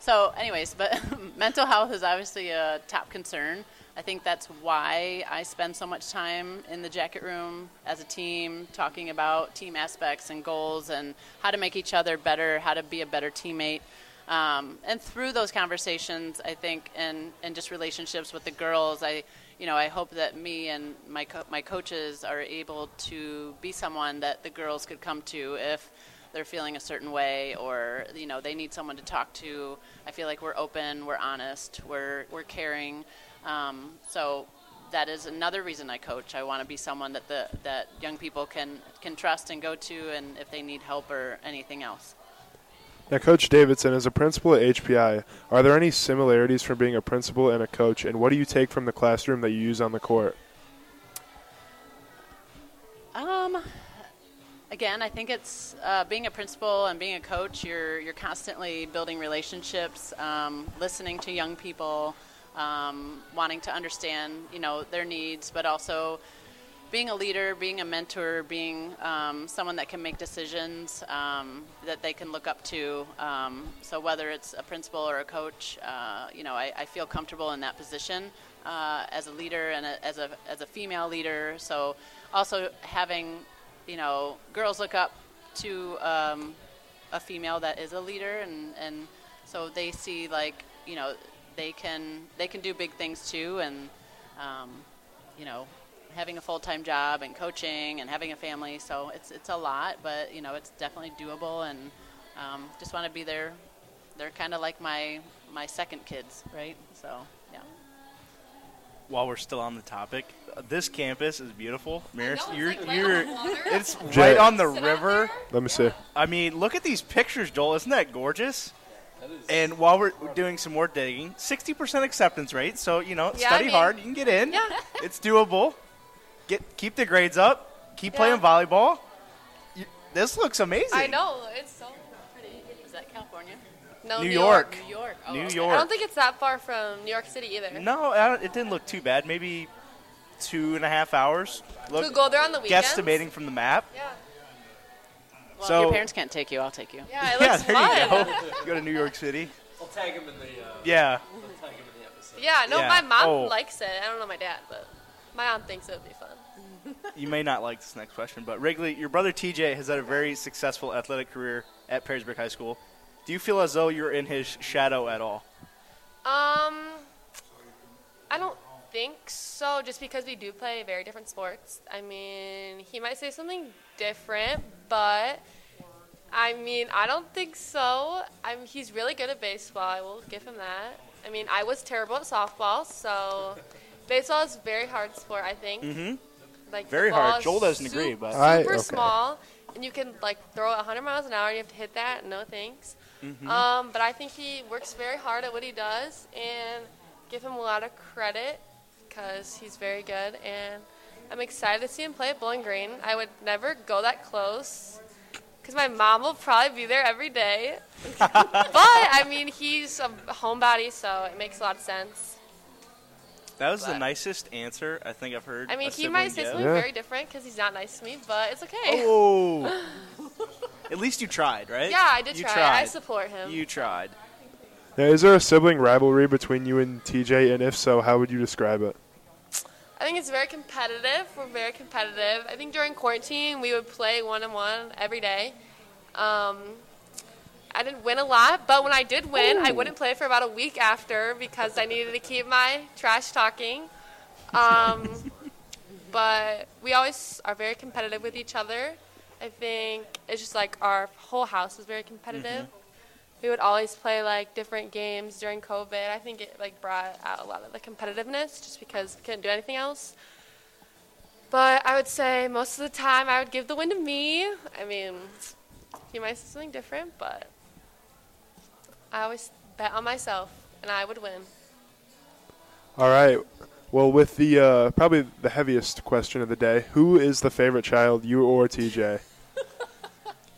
So, anyways, but (laughs) mental health is obviously a top concern. I think that's why I spend so much time in the jacket room as a team, talking about team aspects and goals and how to make each other better, how to be a better teammate. Um, and through those conversations, I think, and, and just relationships with the girls, I, you know, I hope that me and my, co- my coaches are able to be someone that the girls could come to if they're feeling a certain way or you know they need someone to talk to i feel like we're open we're honest we're we're caring um, so that is another reason i coach i want to be someone that the that young people can can trust and go to and if they need help or anything else Now, Coach Davidson, as a principal at HPI, are there any similarities from being a principal and a coach, and what do you take from the classroom that you use on the court? Um, again, I think it's uh, being a principal and being a coach. You're you're constantly building relationships, um, listening to young people, um, wanting to understand you know their needs, but also being a leader, being a mentor, being um, someone that can make decisions um, that they can look up to. Um, so whether it's a principal or a coach, uh, you know, I, I feel comfortable in that position uh, as a leader and a, as a as a female leader. So also having, you know, girls look up to um, a female that is a leader, and and so they see like you know they can they can do big things too, and um, you know having a full time job and coaching and having a family. So it's it's a lot, but you know it's definitely doable. And um, just want to be there. They're kind of like my my second kids, right? So yeah. While we're still on the topic, uh, this campus is beautiful. Maris, it's, you're, like, right you're, on the water. it's Jet. right on the Sit out river. there. Let me see. I mean, look at these pictures, Joel. Isn't that gorgeous? That is- And while we're doing some more digging, 60% acceptance rate. So, you know, Yeah, I study mean- hard. You can get in. Yeah. (laughs) It's doable. Get Keep the grades up. Keep Yeah. playing volleyball. You, this looks amazing. I know it's so Is that California? no New New, York. New York. Oh, New okay. I don't York. think it's that far from New York City either. No, I don't, it didn't look too bad. Maybe two and a half hours. Could go there on the weekends. guesstimating from the map. Yeah. Well, So- if your parents can't take you, I'll take you. Yeah, it (laughs) yeah, looks there fun. you go. You go to New York City. I'll tag him in the. Uh, Yeah. I'll tag him in the episode. Yeah, no, Yeah. my mom Oh. likes it. I don't know my dad, but my aunt thinks it would be fun. you may not like this next question, but Wrigley, your brother TJ has had a very successful athletic career at Perrysburg High School. Do you feel as though you're in his shadow at all? Um, I don't think so. Just because we do play very different sports. I mean, he might say something different, but I mean, I don't think so. I'm, he's really good at baseball. I will give him that. I mean, I was terrible at softball, so baseball is a very hard sport. I think. Mm-hmm. Like the Very ball hard. is Joel doesn't agree, sup- but- I- super okay. small, and you can like throw it 100 miles an hour. You have to hit that. No thanks. Mm-hmm. Um, but I think he works very hard at what he does, and give him a lot of credit because he's very good. And I'm excited to see him play at Bowling Green. I would never go that close because my mom will probably be there every (laughs) day. but I mean, he's a homebody, so it makes a lot of sense. That was the nicest answer I think I've heard. I mean, a he sibling might say give. something Yeah. very different because he's not nice to me, but it's okay. (laughs) Oh. at least you tried, right? Yeah, I did you try. Tried. I support him. You tried. Now, is there a sibling rivalry between you and TJ? And if so, how would you describe it? I think it's very competitive. We're very competitive. I think during quarantine we would play one on one every day. Um, I didn't win a lot, but when I did win, I wouldn't play for about a week after because I needed to keep my trash talking. Um, but we always are very competitive with each other. I think it's just like our whole house is very competitive. We would always play like different games during COVID. I think it like brought out a lot of the competitiveness just because we couldn't do anything else. But I would say most of the time I would give the win to me. I mean, he might say something different, but I always bet on myself and I would win. All right. Well, with the uh, probably the heaviest question of the day, who is the favorite child, you or TJ?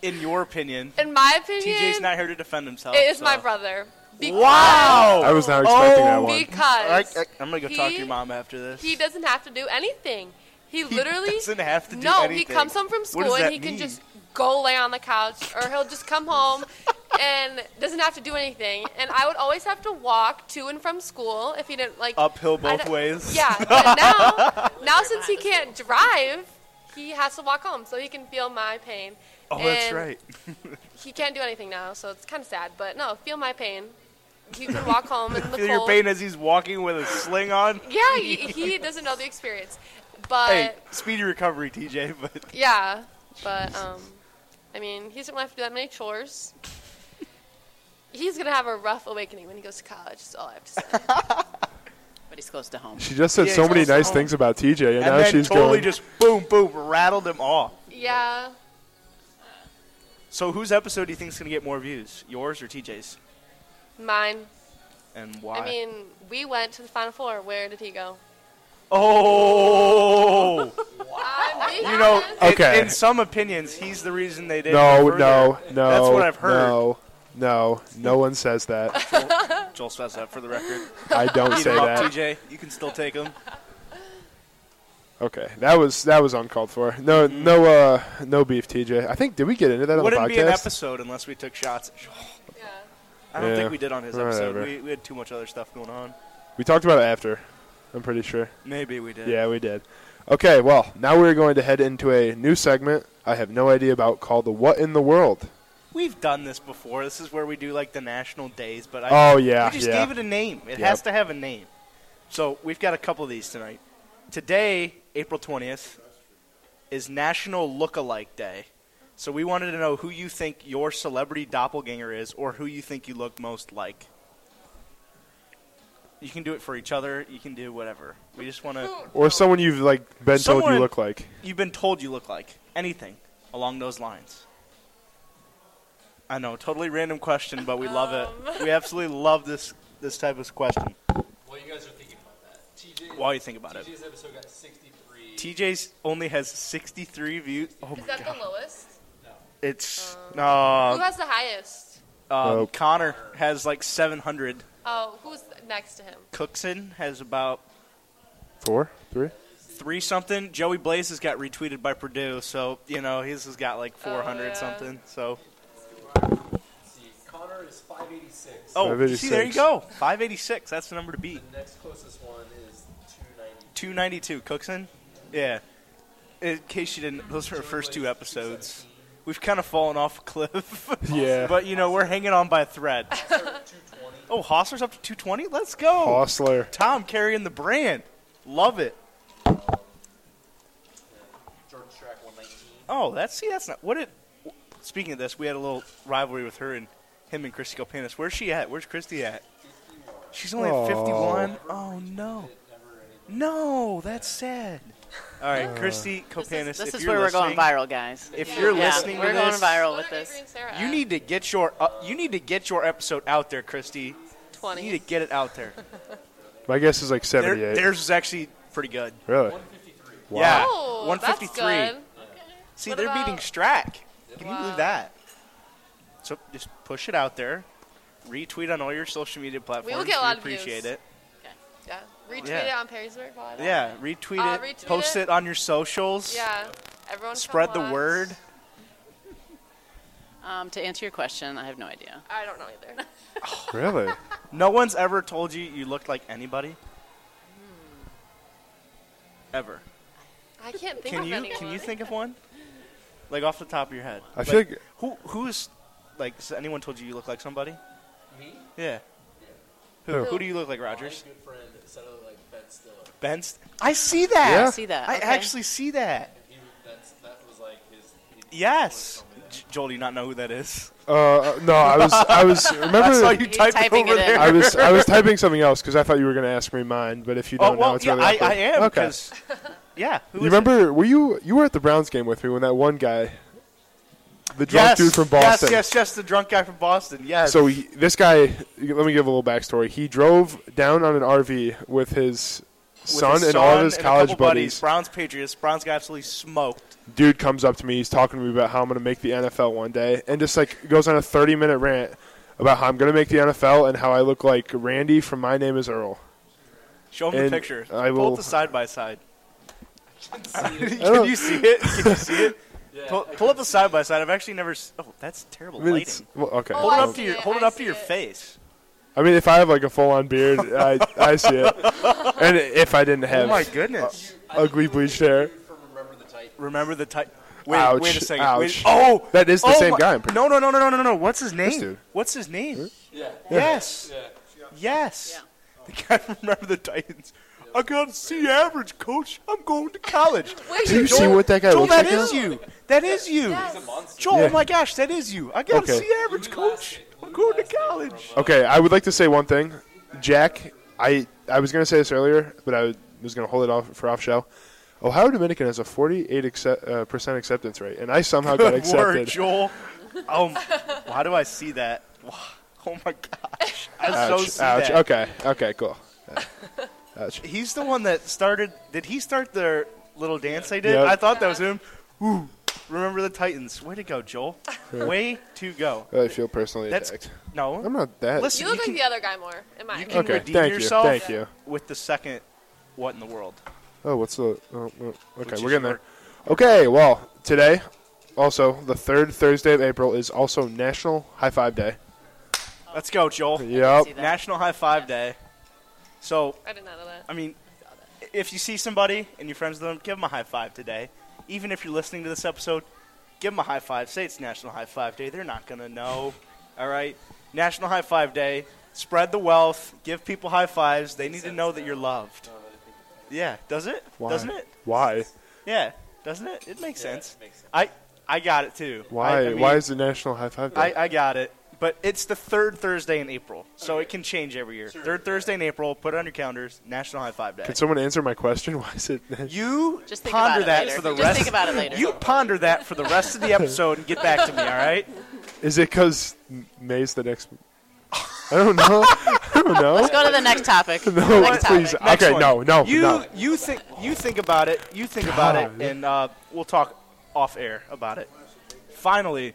In your opinion, In my opinion, TJ's not here to defend himself. it is my so- brother. Because Wow. I was not expecting oh, that one. Because All right, I, am gonna go talk to He- your mom after this. (laughs) He doesn't have to do anything. He, He literally doesn't have to do no. He anything. comes home from What school does and that he can mean? just go lay on the couch, or he'll just come (laughs) home and doesn't have to do anything. And I would always have to walk to and from school if he didn't like Uphill I both d- ways. Yeah, but now now since he can't drive, he has to walk home, so he can feel my pain. (laughs) Oh, that's And right. He can't do anything now, so it's kind of sad. But no, feel my pain. He can walk home in (laughs) the Feel cold. your pain as he's walking with a sling on. Yeah, he, he doesn't know the experience. But Hey, speedy recovery, TJ. But yeah, but um, I mean, he doesn't have to do that many chores. He's gonna have a rough awakening when he goes to college. That's all I (laughs) have to say. But he's close to home. She just said Yeah, so many it's also- nice things about TJ, and, and now then she's totally going. just boom, boom, rattled him off. yeah, So whose episode do you think is going to get more views, yours or TJ's, mine. and why? I mean, we went to the final four. Where did he go? (laughs) oh, I'm being you know, honest. in- Okay. In, some opinions, he's the reason they didn't. no, go further. no, no. That's what I've heard. No, no, (laughs) no one says that. Joel says that for the record. I don't Beat say him up, that. TJ. You can still take him. Okay, that was that was uncalled for. No, no, uh, no beef, TJ. I think did we get into that on Mm-hmm. Wouldn't the be an podcast? episode unless we took shots. at Joel. Yeah. I don't Yeah, think we did on his episode. whatever. We, we had too much other stuff going on. we talked about it after. I'm pretty sure. Maybe we did. Yeah, we did. Okay, well, now we're going to head into a new segment I have no idea about called the What in the World. We've done this before. This is where we do like the national days, but I Oh, yeah, we just yeah. gave it a name. It Yep. has to have a name. So we've got a couple of these tonight. today, April 20th, is National Lookalike Day. So we wanted to know who you think your celebrity doppelganger is or who you think you look most like. You can do it for each other. You can do whatever. We just want to. Or someone you've like been told Someone- you look like. You've been told you look like anything along those lines. I know, totally random question, but we love it. We absolutely love this this type of question. While you guys are thinking about that, TJ, While you think about it, TJ's episode got 63. TJ's only has 63 views. Oh Is my that god, the lowest? it's Who no. has the highest? Um, Oh. Connor has like 700. Oh, who's th- next to him? Cookson has about Four? Three? three something. Joey Blaze has got retweeted by Purdue, so you know his has got like 400 yeah. something. So Let's see, Connor is 586. oh, you see, there you 586. go, 586. That's the number to beat. The next closest one is 290. 292 Cookson. Yeah. In case you didn't, those are our first two episodes. We've kind of fallen off a cliff. Yeah. but you know we're hanging on by a thread. 220. Oh, Hostler's up to 220. Let's go. Hostler. Tom carrying the brand. Love it. Jordan Strack 119. Oh, that's see, that's not what it. Speaking of this, we had a little rivalry with her and him and Christy Gilpanis. Where's she at? Where's Christy at? She's only Oh. at 51. Oh no, no, that's sad. All right, Christy Copanis. This is, this if is you're where we're going listening- viral, guys. If you're Yeah, listening we're to going this, viral What with are this. Avery and Sarah You at? need to get your uh, you need to get your episode out there, Christy. You 20. need to get it out there. My guess is like Their- 78. Theirs is actually pretty good. really? Wow. Yeah, Oh, 153. That's good. See, What they're about- beating Strack. Can you Wow. believe that? So just push it out there. Retweet on all your social media platforms. get a lot of appreciate views. it. Yeah. Retweet Yeah. it on Perrysburg volleyball. Yeah, retweet Uh, it. retweet post it. it. on your socials. Yeah. Everyone. Spread come the watch. word. Um, to answer your question, I have no idea. I don't know (laughs) either. Really? No one's ever told you you looked like anybody. Hmm. Ever. I can't think Can of you anyone. can you think of one? Like off the top of your head. I feel like who who's like has anyone told you you look like somebody? Me? Yeah. Who Who? who do you look like, Rogers? My good friend said I look like Ben Stiller. Ben. St- I see that. Yeah. I see that, I okay. actually see that. He, that's, that was like his. He, Yes. J- Joel, do you not know who that is? uh, no, I was (laughs) I was remember I saw you He's type typing over it in. there. I was I was typing something else because I thought you were going to ask me mine, but if you oh don't well, know, it's yeah, really I, awkward. I am Okay. because yeah. Who You is it? remember? Were you you were at the Browns game with me when that one guy, the drunk Yes. dude from Boston? Yes, yes, yes. The drunk guy from Boston. Yes. So he, this guy, let me give a little backstory. He drove down on an RV with his With son his and all of son his and a college couple buddies. Browns Patriots. Browns got absolutely smoked. Dude comes up to me. He's talking to me about how I'm going to make the NFL one day, and just like goes on a 30 minute rant about how I'm going to make the NFL and how I look like Randy from My Name Is Earl. Show him the And picture. I Pull will- Oh. up the side by (laughs) side. Can don't- you see it? (laughs) Can you see it? yeah, Pull, I pull up the side by side. I've actually never. s- Oh, that's terrible (laughs) I mean, it's- lighting. well, okay. Oh, Hold it I up to see your it, hold it I up to see your it. face. I mean, if I have like a full (laughs) on beard, I I see it. And if I didn't have Oh goodness! ugly bleached hair, could- from Remember the Titan. Remember the type. Wait, Ouch, wait a second. Wait, ouch. oh, That is the oh same my- guy, I'm pretty- No, no, no, no, no, no, no. What's his name? dude. What's his name? Yeah. Yes, Yeah. yes. Yeah. The guy from Remember the Titans. I got C average, coach. I'm going to college. Wait, Do you see what (laughs) that guy Joel, looks that like? is now? you. That is you. Yes. Joel, Yeah. oh my gosh, that is you. I got Okay. a C average, coach. I'm going to uh, college. Okay, I would like to say one thing, Jack. I I was gonna say this earlier, but I was gonna hold it off for off show. Ohio Dominican has a 48 accept, uh, percent acceptance rate, and I somehow got Good accepted. (laughs) word, Joel. Um, why do I see that? Wow. Oh my gosh, I so ouch! see ouch! that. Okay, okay, (laughs) cool. ouch! He's the one that started. Did he start the little dance they did? Yep. I thought that was him. Ooh, remember the Titans? Way to go, Joel. Way to go. I feel personally That's attacked. no. I'm not that. Listen, You look You like can- the other guy more. In my you opinion. can Okay, redeem thank you, yourself thank you. with the second. What in the world? Oh, what's the? Oh, oh, okay, is we're getting your- there. Okay, well, today, also the third Thursday of April is also National High Five Day. Let's go, Joel. Yep. see that. National High Five Day. So I did not know that. I mean, if you see somebody and you're friends with them, give them a high five today. Even if you're listening to this episode, give them a high five. Say it's National High Five Day. They're not going to know. All right? National High Five Day. Spread the wealth. Give people high fives. They need to know that you're loved. Yeah, does it? Why? Doesn't it? Why? Yeah, doesn't it? It makes Yeah, sense. it makes sense. I I got it too. Why? I, I mean, Why is the National High Five Day? I, I got it. But it's the third Thursday in April, so it can change every year. Sure. Third Thursday in April. Put it on your calendars. National High Five Day. Can someone answer my question? (laughs) Why is it? You Just think about ponder it that later. for the Just rest. think about it later. (laughs) You ponder that for the rest of the episode and get back to me. All right? Is it because May's the next? (laughs) I don't know. (laughs) I don't know. Let's go to the next (laughs) topic. No, next please. Topic. Next okay, one. no, no, You no. you think you think about it. You think about God. it, and uh, we'll talk off air about it. Finally,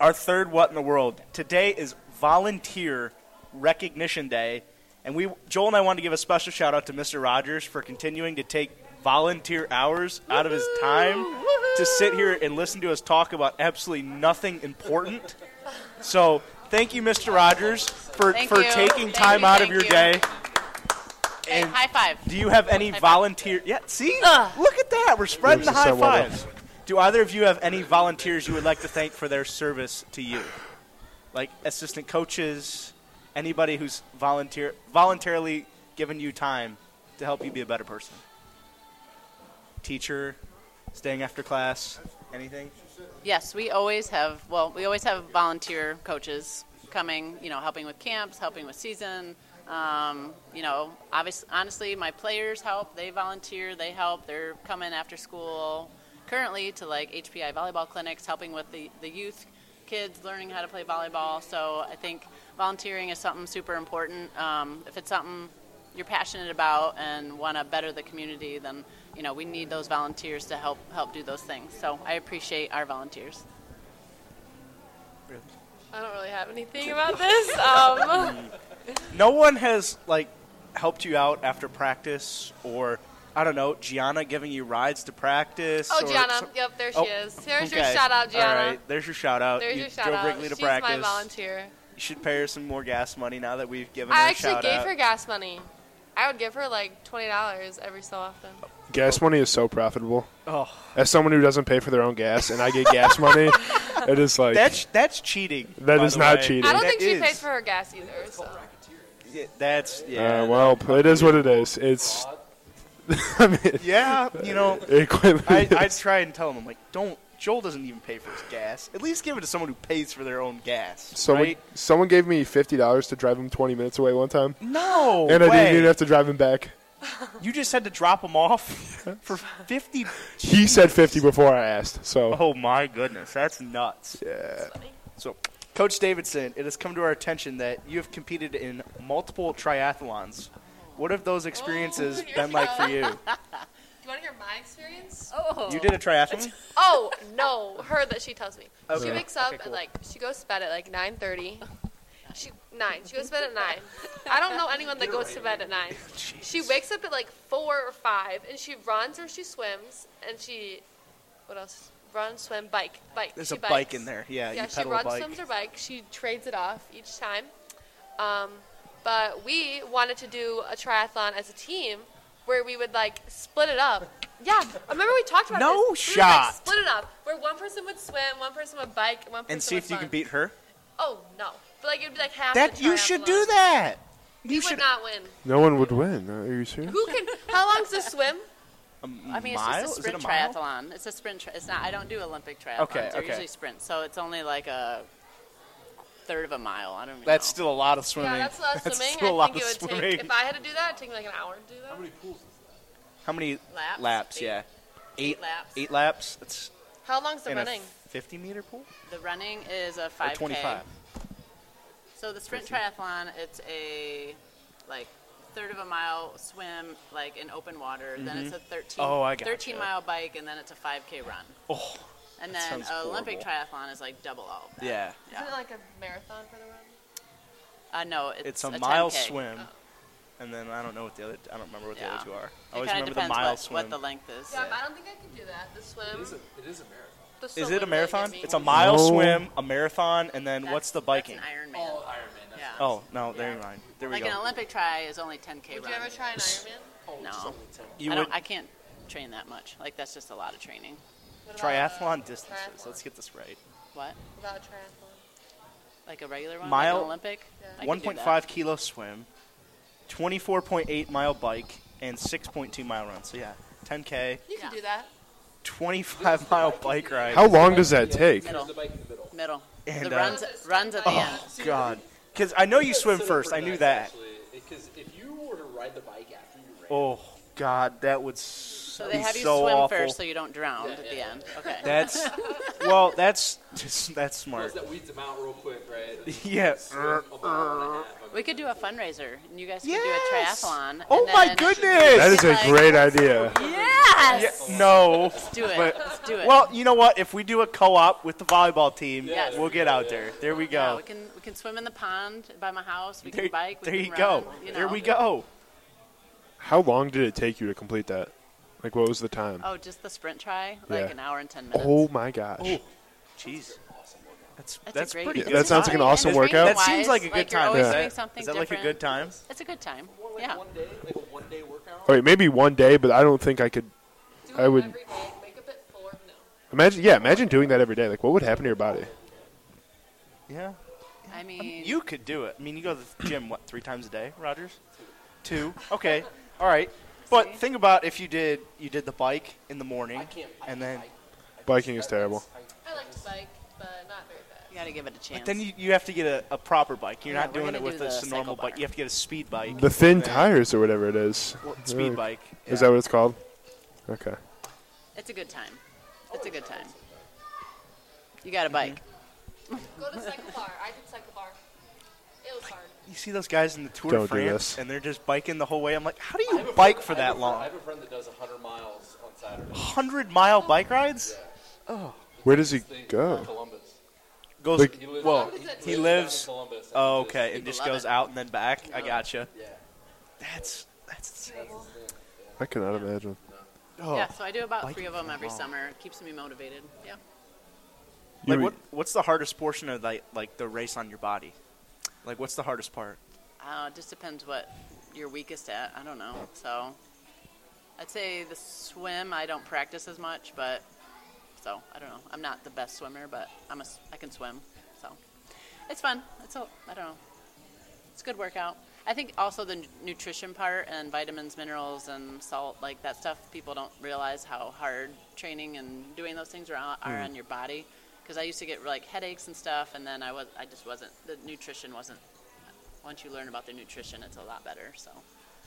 our third what in the world today is Volunteer Recognition Day, and we Joel and I wanted to give a special shout out to Mr. Rogers for continuing to take volunteer hours out of his time to sit here and listen to us talk about absolutely nothing important. So thank you, Mr. Rogers, for Thank for you. taking Thank time you, out of thank your you. day. Hey, And- high five. Do you have any High five. volunteer? Yeah, see? Ugh. Look at that. We're spreading There's the the high sidewalk. fives. Do either of you have any volunteers you would like to thank for their service to you? Like assistant coaches, anybody who's volunteer voluntarily given you time to help you be a better person? Teacher, staying after class, anything? Yes, we always have. Well, we always have volunteer coaches coming. You know, helping with camps, helping with season. Um, you know, obviously, honestly, my players help. They volunteer. They help. They're coming after school currently to like HPI volleyball clinics, helping with the the youth kids learning how to play volleyball. So I think volunteering is something super important. Um, if it's something you're passionate about and want to better the community, then you know we need those volunteers to help help do those things. So I appreciate our volunteers. I don't really have anything about (laughs) this. (laughs) Mm, Um, No one has like helped you out after practice or I don't know, Gianna giving you rides to practice. oh, or Gianna. some- Yep, there she Oh, is. There's your Okay. shout out, Gianna. All right, there's your shout out. There's you your shout drove out. Wrigley to She's practice. my volunteer. You should pay her some more gas money now that we've given her I a actually shout gave out. her gas money. I would give her like twenty dollars every so often. Gas money is so profitable. oh, As someone who doesn't pay for their own gas and I get gas money, it is like that's that's cheating. That by is the not way. cheating. I don't That think she is- pays for her gas either. So. (laughs) Yeah, That's yeah. Uh, well, it is what it is. It's. (laughs) I mean, yeah, you (laughs) know, it quite- I I (laughs) try and tell him I'm like, don't. Joel doesn't even pay for his gas. At least give it to someone who pays for their own gas. someone, right? someone gave me fifty dollars to drive him twenty minutes away one time, No and I way. didn't even have to drive him back. you just had to drop him off (laughs) for fifty. He said fifty before I asked, so (laughs) Oh my goodness, that's nuts. yeah. So, Coach Davidson, it has come to our attention that you have competed in multiple triathlons. What have those experiences here been we like go. for (laughs) you? You want to hear my experience? Oh, You did a triathlon? Oh no, her that she tells me. Okay. She wakes up Okay, cool. and like she goes to bed at like nine thirty. She nine. She goes to bed at nine. I don't know anyone that goes to bed at nine. She wakes up at like four or five and she runs or she swims and she what else? Run, swim, bike, bike. There's she a bike bikes. in there. Yeah, Yeah, you she pedal a runs, bike. swims her bike. She trades it off each time. Um, but we wanted to do a triathlon as a team where we would like split it up. Yeah, remember we talked about No this. We would, like, shot. split it up where one person would swim, one person would bike, and one person And see would if you run. can beat her. Oh no! But like it'd be like half. That the you should triathlon. do that. We You would should. not win. No one would win. Are you serious? Who can? How long's the swim? I mean, it's mile? just a Is it sprint a mile? triathlon. It's a sprint. Tri- it's not. I don't do Olympic triathlons. Okay, They're okay. usually sprints, so it's only like a third of a mile. I don't. Even That's know. still a lot of swimming. (laughs) Yeah, that's a lot of That's swimming. still a I lot think of it would swimming. take. If I had to do that, it'd take me like an hour to do that. How many Laps? laps? Eight. Yeah, eight laps. Eight laps. That's How long's the in a running? fifty meter pool the running is a or five twenty five. So the sprint triathlon, it's a like third of a mile swim, like in open water. Then it's a 13, Oh, I gotcha. 13 mile bike, and then it's a 5K run. Oh, And That then sounds a Olympic horrible. triathlon is like double all of that. yeah. Isn't it like a marathon for the run? Uh, no, it's, It's a, a, mile 10K. swim, and then I don't know what the other. I don't remember what the Yeah. other two are. I It always kind of remember the depends mile what, swim. what the length is. Yeah, but I don't think I could do that. The swim. It is a, it is a marathon. the swim Is would it a really marathon? get me. It's a mile No. swim, a marathon, and then That's- what's the biking? That's an Ironman. Oh. All Ironman. That's yeah. Oh no, there Yeah. you go. There we Like an go. Olympic try is only 10K Would run. you ever try an Ironman? Oh, No. it's only 10. You I, would don't, I can't train that much. Like that's just a lot of training. What about a triathlon distances. triathlon? Let's get this right. What What? about a triathlon? Like a regular one? Mile- Like an Olympic? Yeah. I could do that. 1.5 kilo swim, 24.8 mile bike, and 6.2 mile runs. So yeah, 10k, You can Yeah. do that. 25 mile bike ride. How long does that take? Middle. The bike in the middle. Middle. And, the uh, runs, runs at the end. Oh God, because I know you swim first. I knew that. Because if you were to ride the bike after you ran, Oh God, that would So so they be have you so swim awful. first so you don't drown Yeah, at yeah, the yeah. end. Okay. That's well, that's (laughs) that's plus smart. that weeds them out real quick, (laughs) right? Yeah. Swim a mile and a half. I mean, we could do a fundraiser, and you guys Yes. could do a triathlon. Oh and my then- goodness! That is a Like- great idea. Yeah, Yes. no. Let's do it. But- Let's do it. Well, you know what? If we do a co-op with the volleyball team, Yeah, we'll get out there. There we Yeah, go. we can we can swim in the pond by my house. We There, can bike. We there can you go. run, you There know. we go. How long did it take you to complete that? Like, what was the time? Oh, just the sprint try, like Yeah. an hour and ten minutes. Oh my gosh. Oh, jeez. That's That's a that's great pretty Yeah, good. that sounds like an time. awesome And it's workout. That being wise, seems like a good you're time. always Is doing that- something is that like different. a good time? It's a good time. more like Yeah. one day, like a one day workout. All right, maybe one day, but I don't think I could. Do I would- every day. Wake up at four. No. Imagine, yeah, imagine doing that every day. Like, what would happen to your body? Yeah. I mean, You could do it. I mean, you go to the gym what three times a day, Rogers? Two. Okay. All right. But See? think about if you did you did the bike in the morning I can't. I, and then I, Biking is terrible. I like to bike, but not very fast. you got to give it a chance. then you, you have to get a, a proper bike. You're Yeah, not we're doing gonna it with do just a the normal cycle bike. You have to get a speed bike. The thin Yeah. tires or whatever it is. Well, Yeah. speed bike. Is yeah. that what it's called? Okay. it's a good time. It's a good time. You got to Mm-hmm. bike. Go to cycle bar. I did cycle bar. It was hard. You see those guys in the Tour Don't de do France this. and they're just biking the whole way. I'm like, how do I have you a bike friend- for I that have a friend- I long? Oh, have a friend that does 100 miles on Saturday. Hundred mile bike rides? Where does he They- go? Columbus. Goes Like- He lives. whoa. He down in lives- Columbus. and Oh, just- okay, and People just love goes it. out and then back. I gotcha. Yeah. That's that's insane. I cannot imagine. Oh. Yeah, so I do about Biking three of for them the every long. summer. It keeps me motivated. Yeah. Like You- what? What's the hardest portion of like like the race on your body? Like what's the hardest part? Uh, it just depends what you're weakest at. I don't know. So I'd say the swim I don't practice as much, but so I don't know. I'm not the best swimmer, but I'm a s- I can swim. So it's fun. It's a I don't know. It's a good workout. I think also the nu- nutrition part and vitamins, minerals, and salt, like that stuff, people don't realize how hard training and doing those things are, on- are on your body. Because I used to get like headaches and stuff, and then I was I just wasn't the nutrition wasn't once you learn about their nutrition, it's a lot better. So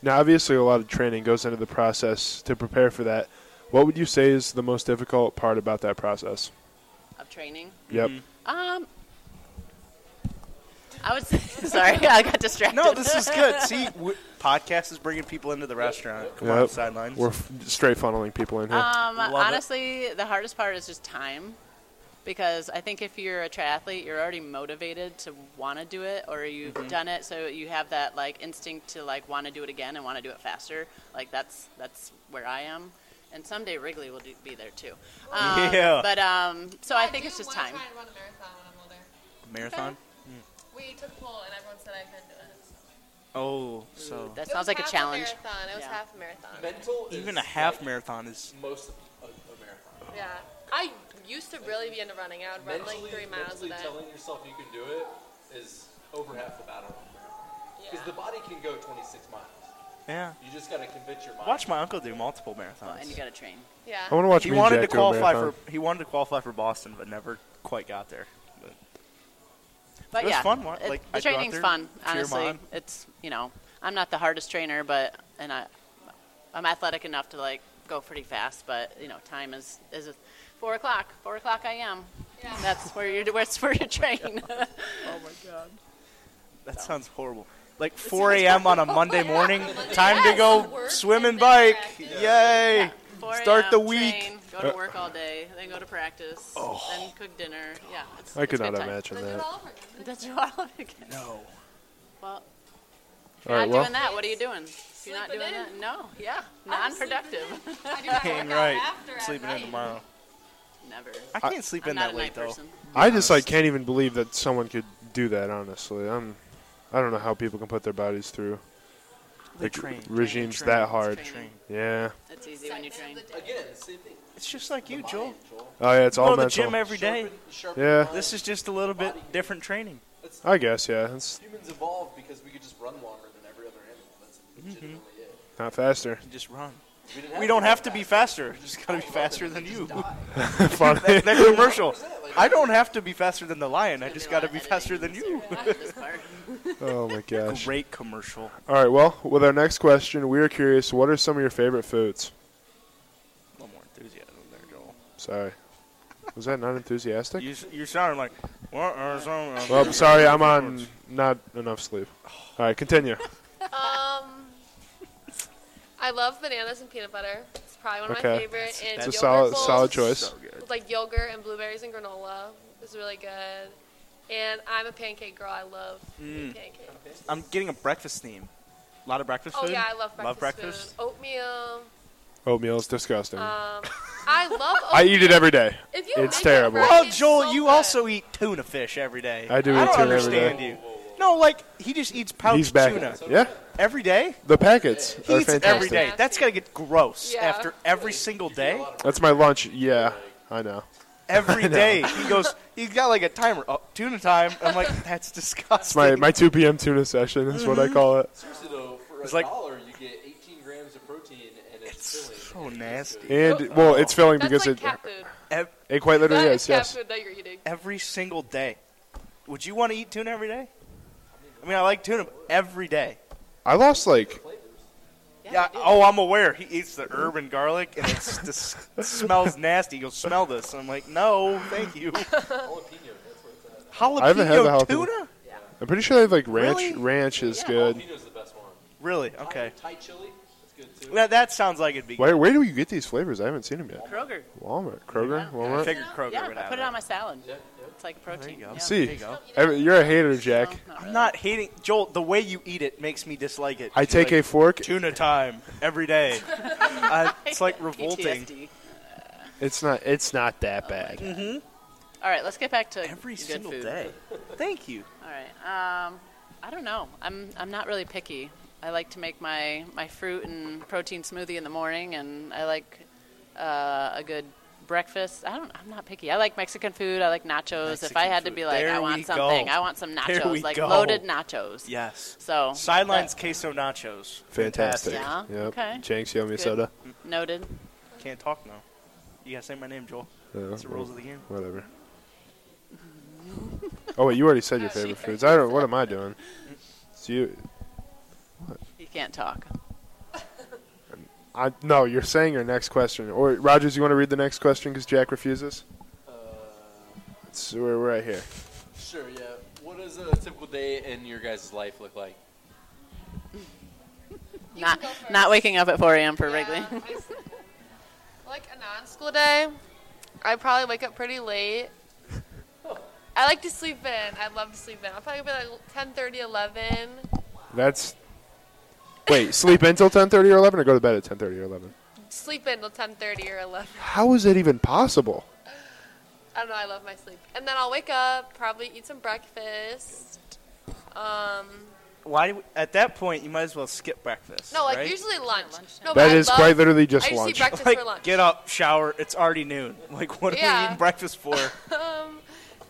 Now, obviously, a lot of training goes into the process to prepare for that. What would you say is the most difficult part about that process? of training, Yep. um, I would say. (laughs) sorry, I got distracted. (laughs) No, this is good. See, w- podcast is bringing people into the restaurant. Come on, Yep. sidelines. We're f- straight funneling people in here. Um, Love it. honestly, the hardest part is just time, because I think if you're a triathlete, you're already motivated to want to do it, or you've Mm-hmm. done it, so you have that like instinct to like want to do it again and want to do it faster. Like that's that's where I am. And someday Wrigley will do, be there too. Um, (laughs) Yeah. But um, so I think do it's just wanna time. Try and run a marathon when I'm older. Marathon. We took a poll and everyone said I couldn't do it. So. Oh, so It That was sounds like a half challenge. marathon. It was Yeah. half a marathon. Mental. even is a half like marathon is Most of a, a marathon. Yeah. I used to really be into running. I would run Mentally, like three miles a mentally day. telling yourself you can do it is over half the battle. Because the Yeah. body can go 26 miles. yeah. You just got to convince your mind. Watch my uncle do multiple marathons. And you got to train. Yeah. I want to watch. he me and wanted Jack to do a qualify marathon. for he wanted to qualify for Boston, but never quite got there. But But It was yeah, fun, wa- like, the I'd go out training's there, fun. cheer 'em Honestly, on. it's you know I'm not the hardest trainer, but and I I'm athletic enough to like go pretty fast. But you know, time is is four o'clock. Four o'clock I am. Yeah. That's where you're. That's where you train. (laughs) that sounds horrible. Like 4 a.m. on (laughs) a Monday morning, time to Yes, go (laughs) work swim and then and bike. practice. Yay! 4 Start a.m., the week. Oh. Train, go to work all day, then go to practice, then cook dinner. Yeah, it's, I it's could not good time. imagine Let's do it that. all over again. (laughs) That's all of it. No. Well, if you're All right. not Well, doing that, what are you doing? If you're not Sleeping doing that, in. no, yeah, I'm non-productive. I do not work Dang out right. after at Sleeping in night. tomorrow. (laughs) Never. I can't sleep I'm in not that a late night though. person. I just like can't even believe that someone could do that. Honestly, I'm. I don't know how people can put their bodies through They like, train. regimes Train. that hard. Train. Train. Yeah. It's easy when you train. Again, same thing. It's just like you, Joel. Oh yeah, it's Go all to the mental. gym every day. Sharpen- sharpen Yeah. your mind. This is just a little bit different training. That's- I guess yeah. It's Mm-hmm. humans evolved because we could just run longer than every other animal. That's legitimately it. (laughs) Not faster. Just run. We don't have to be faster. Just (laughs) gotta be faster than you. (laughs) Funny. that, that commercial. I don't have to be faster than the lion. I just gotta be faster than you. (laughs) oh my gosh. Great commercial. All right. Well, with our next question, we are curious. What are some of your favorite foods? A little more enthusiasm there, Joel. Sorry. Was that not enthusiastic? You s- you sound like what are some (laughs) of Well, your I'm sorry, I'm on favorites?" not enough sleep. All right, (laughs) continue. Um, I love bananas and peanut butter. It's probably one of Okay. my favorite. And It's a yogurt solid, bowls solid choice. So good. with, like yogurt and blueberries and granola is really good. And I'm a pancake girl. I love Hmm. eating pancakes. I'm getting a breakfast theme. A lot of breakfast Oh food. yeah, I love breakfast. Love breakfast. food. Oatmeal. Oatmeal is disgusting. Um, I (laughs) love. Oatmeal. I eat it every day. If you It's make it terrible. right, Well, it's Joel, so you good. also eat tuna fish every day. I do I eat don't tuna every understand day. you. No, like he just eats pouch He's back. tuna Yeah, every day. the packets He are eats it fantastic. every day. That's gotta get gross Yeah. after every single day. That's my lunch. Yeah, I know. Every day he goes. He's got like a timer. Oh, tuna time. I'm like, (laughs) that's It's disgusting. my my 2 p.m. tuna session is Mm-hmm. what I call it. Seriously though, for It's a like- dollar you get 18 grams of protein and it's, It's filling. so nasty. And well, it's filling Oh, That's because like it cat food. Ev- it quite That literally is is. cat Yes. food that you're eating. every single day. Would you want to eat tuna every day? I mean, I like tuna but every day. I lost like Yeah. Oh, I'm aware. He eats the herb and garlic, and it's dis- it smells nasty. He goes, "Smell this." I'm like, "No, thank you." (laughs) Jalapeno, that's what uh, it's at. Jalapeno I haven't had the jalapeno. tuna? I'm pretty sure they have like ranch. Really? Ranch is good. Jalapeno's the best one. Really? Okay. Thai, Thai chili, that's good too. That, that sounds like it'd be. Where where do you get these flavors? I haven't seen them yet. Kroger. Walmart, Kroger, I Walmart. figured Kroger yeah, would I have put it it. on my salad. Yeah, yeah. It's like protein. There you go. yeah. (laughs) See. There you go. Every- You're a hater, Jack. No, not I'm really. not hating Joel. The way you eat it makes me dislike it. I You're take a like, fork. tuna time (laughs) every day. I, it's like E revolting. PTSD. It's not. It's not Oh that bad. All right, let's get back to Every good single food. day. Thank you. All right. Um, I don't know. I'm I'm not really picky. I like to make my my fruit and protein smoothie in the morning, and I like uh, a good breakfast. I don't. I'm not picky. I like Mexican food. I like nachos. if I Mexican had to food. be like, There I we want go. something. I want some There we nachos, like go. loaded nachos. Yes. So Sidelines queso nachos. Fantastic. Yeah? Yep. Okay. Jenks, yummy Good. soda. noted. Can't talk now. You gotta say my name, Joel. Yeah, That's the rules of the game. Whatever. oh wait, you already said your favorite foods. I don't. What am I doing? So you. You can't talk. I, no, you're saying your next question. Or Rogers, you want to read the next question because Jack refuses. It's, we're we're right here. Uh, Sure, yeah. What does a typical day in your guys' life look like? Not go first. not waking up at 4 a.m. for Yeah, Wrigley. (laughs) I s- like a non-school day, I probably wake up pretty late. I like to sleep in. I love to sleep in. I'll probably be like 10:30, 11. That's. Wait, sleep until 10:30 or 11, or go to bed at 10:30 or 11. Sleep in till 10:30 or 11. How is it even possible? I don't know. I love my sleep. And then I'll wake up, probably eat some breakfast. Um, Why? Do we, at that point, you might as well skip breakfast. no, like right? (laughs) usually lunch. No, but That Oh, I is love- quite literally I just just eat lunch. breakfast Like, for lunch. get up, shower. It's already noon. (laughs) Like, what are we Yeah. eating breakfast for? (laughs) Um,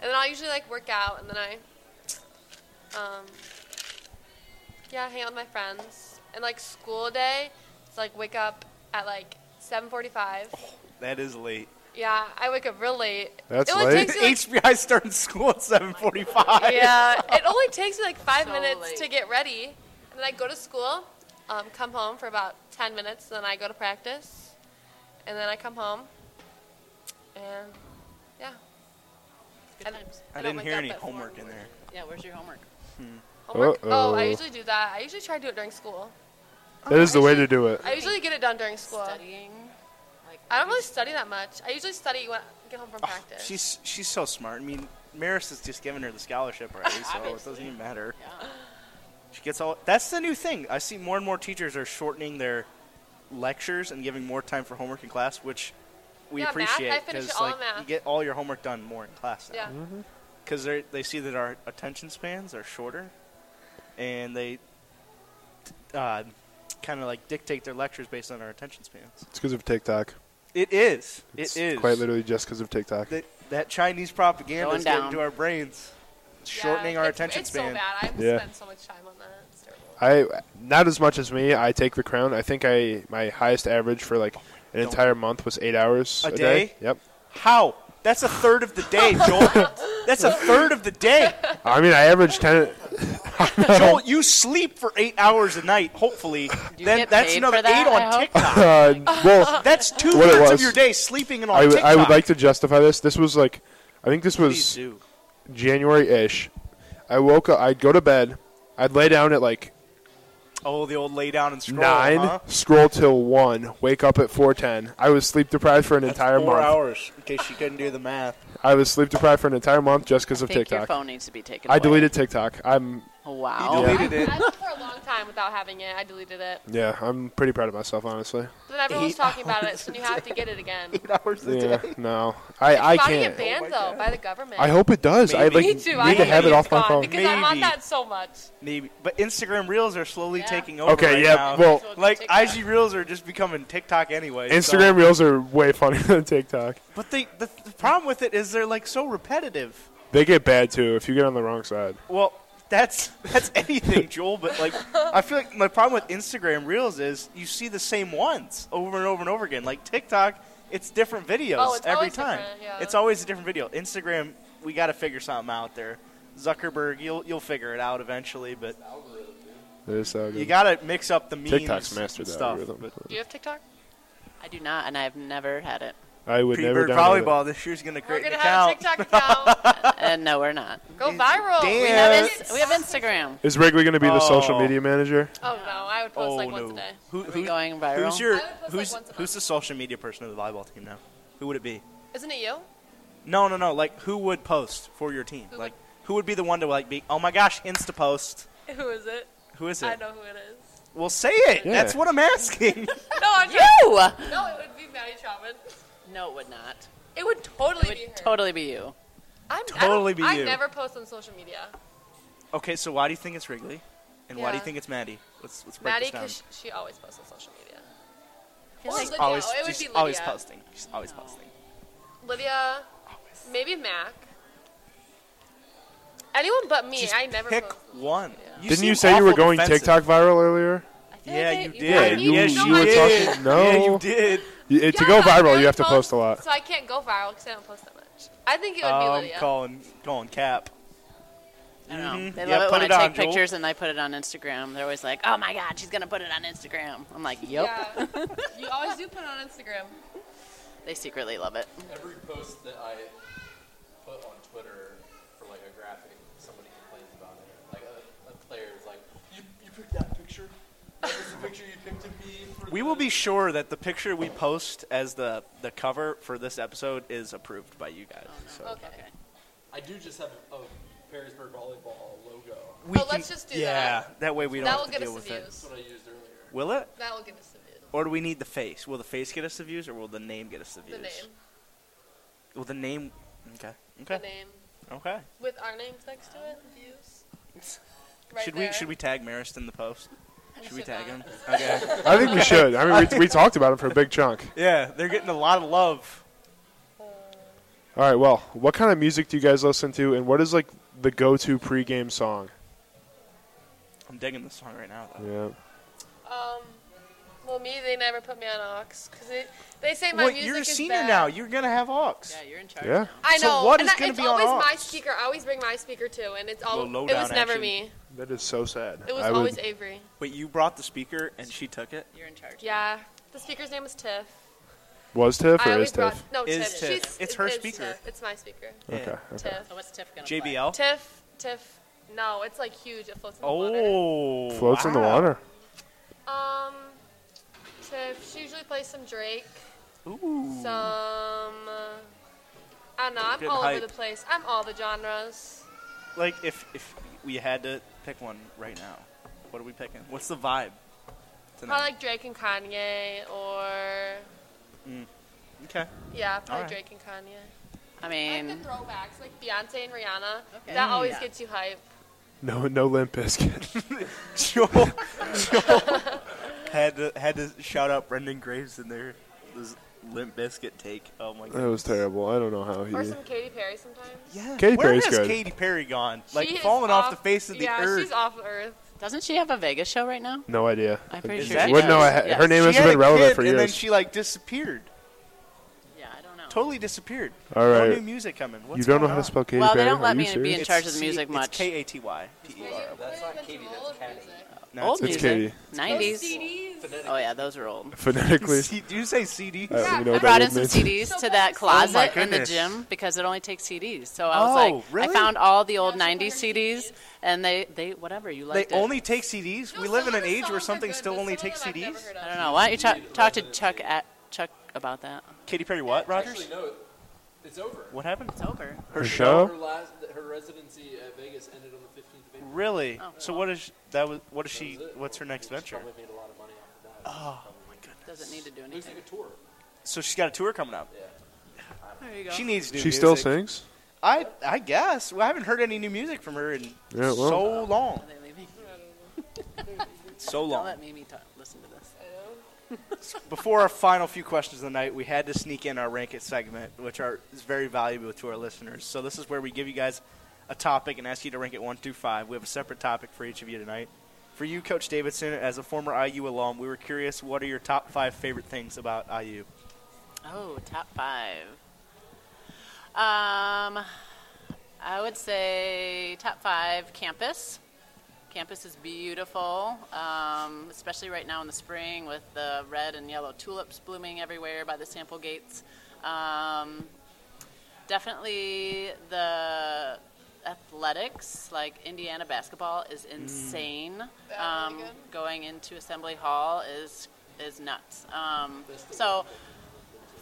and then I'll usually like work out, and then I, um, yeah, hang out with my friends. And like school day, it's like wake up at like 7:45. that is late. Yeah, I wake up real late. That's it only (laughs) late. Takes me, like, HBI starting school at 7:45. yeah, it only takes me (laughs) like five So minutes late. to get ready, and then I go to school, um, come home for about 10 minutes, then I go to practice, and then I come home, and yeah. Good times. I don't didn't wake hear up any at four. homework in there. Yeah, where's your homework? Homework? Oh, I Uh-oh. usually do that. I usually try to do it during school. That is the way to do it. I usually get it done during school. Studying. Like I don't really study that much. I usually study when I get home from practice. Ah, She's she's so smart. I mean, Maris has just given her the scholarship (laughs) already, so it doesn't even matter. Yeah. She gets all. That's the new thing. I see more and more teachers are shortening their lectures and giving more time for homework in class, which we Yeah, math, I appreciate finish all like math. you get all your homework done more in class now. yeah. because they they see that our attention spans are shorter, and they uh, kind of like dictate their lectures based on our attention spans. It's because of TikTok. It is. It's it is quite literally just because of TikTok. that that Chinese propaganda Going is getting down. to our brains, shortening Yeah, our it's- attention it's so span. bad. I Yeah. spend so much time on that. It's terrible. I not as much as me. I take the crown. I think I my highest average for like an entire month was eight hours A a, day. day? Yep. How? That's a third of the (laughs) day, Joel. That's a third of the day. I mean, I averaged (laughs) ten. (laughs) Joel, you sleep for eight hours a night, hopefully. you then get that's paid another for that, eight I on hope? TikTok. Uh, well, That's two What it thirds of was. your day sleeping and on I would- TikTok. I would like to justify this. This was like, I think this Please was do. January ish. I woke up. I'd go to bed. I'd lay down at like Oh, the old lay down and scroll. nine, huh? scroll till one, wake up at four ten. I was sleep deprived for an entire Four month. hours, in case you couldn't do the math. I was sleep deprived for an entire month just because I of think your TikTok. phone needs to be taken. I away. deleted TikTok. I'm Wow. You I, deleted it. I went for a long time without having it. I deleted it. yeah. I'm pretty proud of myself, honestly. But then everyone was Eight talking about it, so you have to get it (laughs) again. It's Hours a Yeah, day. no, I I about to get can't. Oh banned though by the government. I hope it does. I Maybe. like Me need too. to I hope have it it's off my gone, phone. because I want Maybe. that so much. Maybe. But Instagram Reels are slowly Yeah. taking over. Okay, right yeah. now. Well, like TikTok. IG Reels are just becoming TikTok anyway. so- Instagram Reels are way funnier than TikTok. But they, the, the problem with it is they're like so repetitive. They get bad too if you get on the wrong side. Well, that's (laughs) that's anything, Joel. But like, I feel like my problem with Instagram Reels is you see the same ones over and over and over again. Like TikTok, it's different videos Oh, it's every always time. different, yeah. It's always a different video. Instagram, we got to figure something out there. Zuckerberg, you'll you'll figure it out eventually. But They're so you good. got to mix up the memes TikTok's mastered and that stuff. algorithm. But Do you have TikTok? I do not, and I've never had it. I would never Pre-bird download it. volleyball this year's going to We're create gonna an have a account. (laughs) TikTok account. and no, we're (laughs) not. Go viral. We We have have, Damn. ins- ins- we have Instagram. Is Wrigley going to be the social Oh. media manager? Oh no, I would post Oh like once no! a day. Who, Are we who, going viral? who's I your would post, like, who's once a month. who's the social media person of the volleyball team now? Who would it be? Isn't it you? No, no, no. Like, who would post for your team? Who like, who would be the one to like be? Oh my gosh, Insta post. Who is it? Who is it? I know who it is. Well, say it. Yeah. That's what I'm asking. (laughs) No, I'm just- (laughs) you? no, it would be Maddie Chapman. No, it would not. It would It totally be her. would totally be you. I'm, totally I don't- be you. I never post on social media. okay, so why do you think it's Wrigley, and why do you Yeah. think it's Maddie? Let's let's break Maddie, this down. because she always posts on social media. Or She's Lydia. always, oh, it would she's be Lydia. Oh. always posting. She's always posting. Lydia, maybe Mac. Anyone but me. Just I never pick post. one. Didn't you seem say you were awful going defensive. TikTok viral earlier? I feel Yeah, like I- you did. I Yeah, need you- to yes, know you my were name. talking- did. No. Yeah, you did. Y- it- to Yeah, go but I viral, don't you have to post a lot. So I can't go viral because I don't post that much. I think it would be Um, Lydia. calling, calling Cap. I don't know. Mhm. They Yeah, love it put when it I on, take Joel. pictures and I put it on Instagram. They're always like, "Oh my God, she's gonna put it on Instagram." I'm like, "Yep." Yeah. you always do put it on (laughs) Instagram. They secretly love it. Every post that I put on Twitter for like a graphic, somebody complains about it. Like a, a player is like, "You, you picked that picture. That was the picture you picked of me." For We the- will be sure that the picture we post as the the cover for this episode is approved by you guys. So. Okay. I do just have a, Perrysburg volleyball logo. We Oh, let's just do yeah, that. way we don't That have will to get us deal the with it. views. That's what I used earlier. Will it? That will get us the views. Or do we need the face? Will the face get us the views, or will the name get us the views? The name. Well, the name. Okay. The Okay. name. Okay. With our names next to it. Views. Right should there. we should we tag Marist in (laughs) the post? Should we should tag him? not. Okay. I think we should. I mean, (laughs) we, we talked about it for a big chunk. yeah, they're getting a lot of love. All right, well, what kind of music do you guys listen to, and what is, like, the go-to pregame song? I'm digging this song right now. Though. Yeah. Um, well, me, they never put me on aux because they, they say my Well, music you're a is senior bad. now. You're gonna have aux. Yeah, you're in charge. Yeah. I So know. what and is I- gonna it's be on always aux? my speaker. I always bring my speaker too, and it's all. Little It lowdown was never action. me. That is so sad. It was I would- always Avery. Wait, you brought the speaker and she took it. You're in charge. Yeah. The speaker's name was Tiff. was Tiff I or always is Tiff? brought no Is Tiff. Tiff. She's, It's her it is speaker. Tiff. It's my speaker. Okay. okay. Tiff. So what's Tiff gonna play? JBL. Tiff. Tiff. No, it's like huge. It floats in the water. Oh, Floats in the wow. water. Um, Tiff. She usually plays some Drake. Ooh. Some. uh, I don't know. I'm Getting all hype. over the place. I'm all the genres. Like if if we had to pick one right now, what are we picking? What's the vibe tonight? Probably like Drake and Kanye, or okay. (laughs) yeah, probably Alright. Drake and Kanye. I And the mean, throwbacks like Beyonce and Rihanna. Okay. That Mm. always Yeah. gets you hype. No, no Limp Bizkit. (laughs) Joel, Joel had to had to shout out Brendan Graves in there. This Limp Biscuit take. Oh my god, that was terrible. I don't know how Or he... some Katy Perry sometimes. Yeah, Katy where Perry's has good. Katy Perry gone? Like She is falling off, the face of the yeah, earth. she's off the earth. Doesn't she have a Vegas show right now? No idea. I'm pretty Is sure. that- she Wouldn't know. I does. ha- Yes. Her name She hasn't had been a relevant kid, for and then years. she like disappeared. Yeah, I don't know. Totally disappeared. All right. No new music coming. What's you don't know going how to on? spell Katy Well, they Perry? don't let Are you me be (laughs) serious? in charge of the music it's much. K A T Y P E R. That's not Katie. That's Katie. No, old it's- It's music. Katie. 90s. CDs. Oh, yeah, those are old. (laughs) Phonetically, C- Do you say CD? I don't even know I what brought in that some word means. CDs So to that that's- closet Oh my in the goodness. gym because it only takes CDs. So I was Oh, like, really? I found all the old Yeah, she 90s found her CDs, and they, they whatever you They liked. it. only take CDs. we No, live some in an of the age where songs are something good, still but only some takes of them I've never CDs. heard of. I don't know. Why don't you talk, talk to Chuck at Chuck about that? Katy Perry, what Rogers? Actually, no. It's over. What happened? It's over. Her Her show? last, her residency at Vegas ended on the 15th of April. Really? Oh. So what is that? Was what is she? That was it. What's her next She venture? Probably made a lot of money off of that. Oh my goodness. Doesn't need to do Looks like anything. a tour. So she's got a tour coming up. There you go. She needs new. She still music. sings? I I guess. Well, I haven't heard any new music from her in Yeah, well. so long. Are they leaving? So Don't long. let Mimi talk, listen to this. Before our final few questions of the night, we had to sneak in our rank it segment, which are is very valuable to our listeners. So this is where we give you guys a topic and ask you to rank it one through five. We have a separate topic for each of you tonight. For you, Coach Davidson, as a former IU alum, we were curious what are your top five favorite things about IU? Oh, top five. Um, I would say top five campus. Campus is beautiful, um, especially right now in the spring with the red and yellow tulips blooming everywhere by the sample gates. Um, definitely the athletics, like Indiana basketball, is insane. That Um, was really going into Assembly Hall is is nuts. Um, so.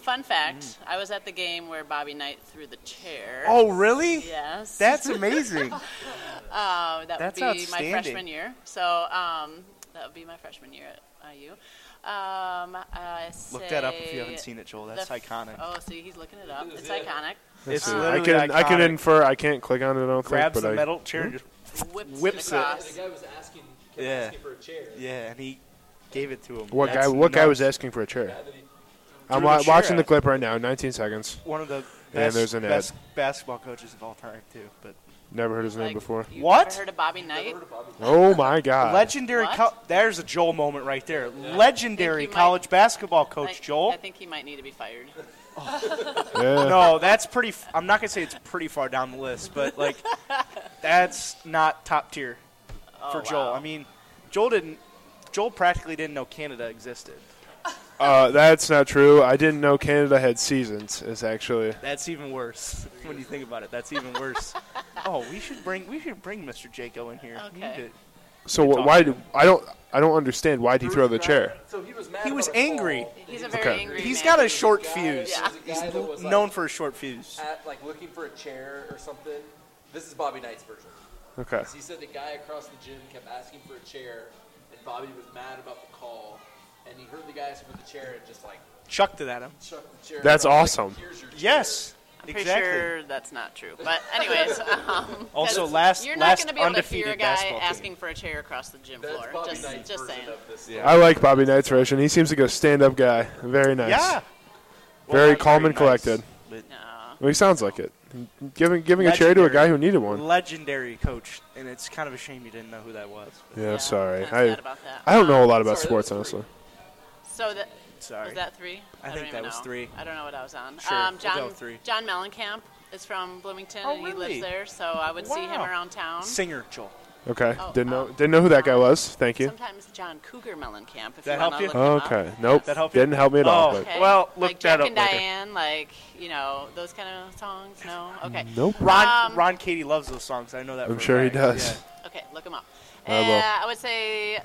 Fun fact, I was at the game where Bobby Knight threw the chair. Oh, really? yes. (laughs) That's amazing. Uh, that would that's be my outstanding. freshman year. So um, that would be my freshman year at IU. Um, I Look that up if say you haven't seen it, Joel. the That's f- iconic. Oh, see, he's looking it up. It's Yeah. iconic. It's See, I literally can I can iconic. infer. I can't click on it. I don't grabs think. But the I, metal chair and just Whips, Whips it it. And across. the guy was asking, kept Yeah. asking for a chair. yeah, and he gave it to him. What That's guy? What guy nuts. was asking for a chair? And then he- I'm Threw the wa- chair watching the at- clip right now. 19 seconds. One of the Yeah, best, there's an ad. best basketball coaches of all time too, but Never heard his name Like, before. you've What? never heard of Bobby Knight? Oh my God! legendary. What? Co- there's a Joel moment right there. I Legendary think he college might- basketball coach I, Joel. I think he might need to be fired. Yeah. (laughs) no, that's pretty. F- I'm not gonna say it's pretty far down the list, (laughs) but like, that's not top tier Oh, for Joel. I mean, Joel didn't. Joel practically didn't know Canada existed. Uh, that's not true. I didn't know Canada had seasons. Is actually That's even worse (laughs) when you think about it. That's (laughs) even worse. oh, we should bring we should bring Mr. Jaco in here. We Okay. need to- so. Wh- why? do- I don't. I don't understand. Why would he throw the chair? So he was mad. He about was a call. angry. He's a very Okay. angry He's man. got a short Guy- fuse. there was a guy that was, like, Known for a short fuse. at like looking for a chair or something. This is Bobby Knight's version. Okay. 'Cause He said the guy across the gym kept asking for a chair, and Bobby was mad about the call, and he heard the guy ask for the chair and just like Chucked it at him. chucked the chair. That's and was like, awesome. "Here's your chair." Yes. I'm pretty Exactly. sure that's not true. But (laughs) anyways, um, Also, 'cause last- you're not last going to be able to undefeated hear a guy basketball team. asking for a chair across the gym That's floor. Bobby Just, Knight's just version saying. of this. I like Bobby Knight's version. He seems like a stand-up guy. Very nice. Yeah. Very not calm and nice, collected. but No. Well, he sounds like it. Giving giving a chair to a Legendary. guy who needed one. Legendary coach, and it's kind of a shame you didn't know who that was. but Yeah, Yeah, sorry. I'm kinda I sad about that. I don't know a lot about Sorry, that sports was three. honestly. So that Sorry. was that three? I don't think even that was know. three. I don't know what I was on. Sure, um, we'll John go with three. John Mellencamp is from Bloomington Oh, and he really? lives there, so I would see him Wow. around town. Singer Joel. Okay. Oh, didn't know um, didn't know who that guy was. Thank you. Sometimes John Cougar Mellencamp. If That you help want you? to look him Okay. up. Nope. That help you? didn't help me at all. Oh. but- Okay. Well, look like that Jack up and later. Diane, like you know those kind of songs. No, okay. Nope. Ron Um, Ron Katie loves those songs. I know that. I'm for a sure he fact. does. (laughs) Yeah. Okay, look them up. I will. Uh, I would say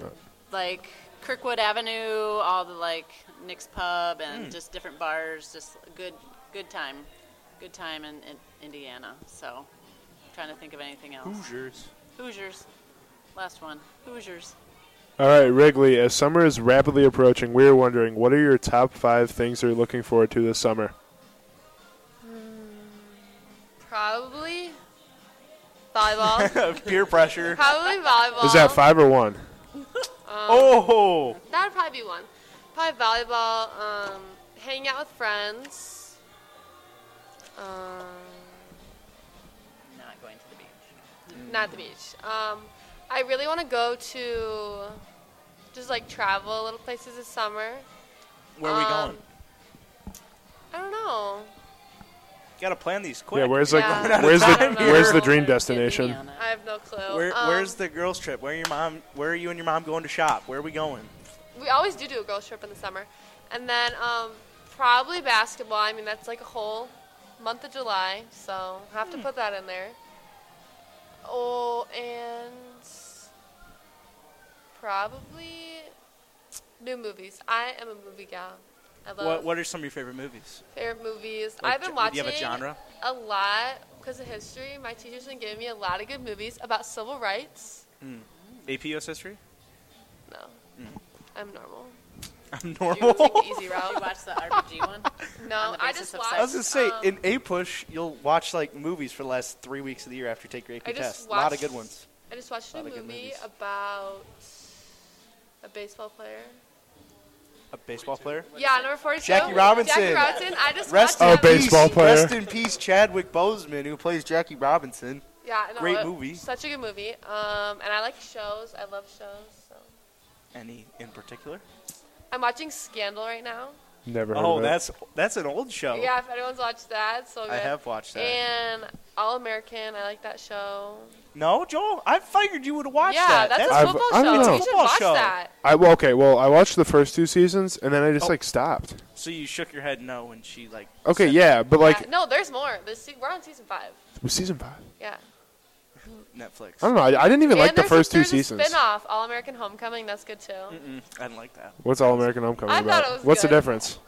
like Kirkwood Avenue, all the like Nick's Pub and Hmm. just different bars, just good good time, good time in, in Indiana. So I'm trying to think of anything else. Hoosiers. Hoosiers, last one. Hoosiers. All right, Wrigley. As summer is rapidly approaching, we are wondering what are your top five things you're looking forward to this summer? Probably (laughs) volleyball. Um, Peer (laughs) pressure. Probably volleyball. Is that five or one? Um, Oh. That would probably be one. Probably volleyball, um, hanging out with friends. Um, Not going to the beach. not the beach. Um, I really want to go to just like travel little places this summer. Where are we Um, going? I don't know. Gotta plan these quick. Yeah, where's (laughs) like Yeah. We're out of where's time the here. where's the dream Give me destination? on it. I have no clue. Where, Um, where's the girls' trip? Where are your mom? Where are you and your mom going to shop? Where are we going? we always do do a girls trip in the summer, and then um, probably basketball. I mean, that's like a whole month of July, so have to put that in there. Oh, and probably new movies. I am a movie gal. I love What What are some of your favorite movies? favorite movies. Like, I've been gen- watching. do you have a genre? A lot because of history. My teacher's been giving me a lot of good movies about civil rights. AP US history. No, Hmm. I'm normal. (laughs) I'm You always take normal. the easy Did you route. watch the (laughs) RPG one? No, the I basis just of watched. I was gonna say um, in A push, you'll watch like movies for the last three weeks of the year after you take your AP I just test. a lot of watched- good ones. I just watched a lot of good movie movies. about a baseball player. A baseball player. Yeah, number forty-two. Jackie Robinson. Jackie Robinson. I just watched Rest in Oh, that base- baseball peace. player. Rest in peace, Chadwick Boseman, who plays Jackie Robinson. movie. Yeah, no, Great it- movie. Such a good movie. Um, and I like shows. I love shows. So. Any in particular? I'm watching Scandal right now. Never heard Oh, of it. that's that's an old show. Yeah, if anyone's watched that, it's so good. Oh. I have watched that. And All American, I like that show. no, Joel, I figured you would have watched yeah, that. that's a I've- football I don't show. know. You should Football watch show. that. I well, okay. Well, I watched the first two seasons and then I just Oh. like stopped. so you shook your head no when she like. Okay, said- yeah, but like Yeah, no, there's more. There's se- we're on season five. season five. Yeah. Netflix. I don't know. I, I didn't even like and the there's a, first two there's seasons. A spin-off, All American Homecoming. That's good too. Mm-mm, I didn't like that. What's All American Homecoming I thought about? it was What's good. the difference?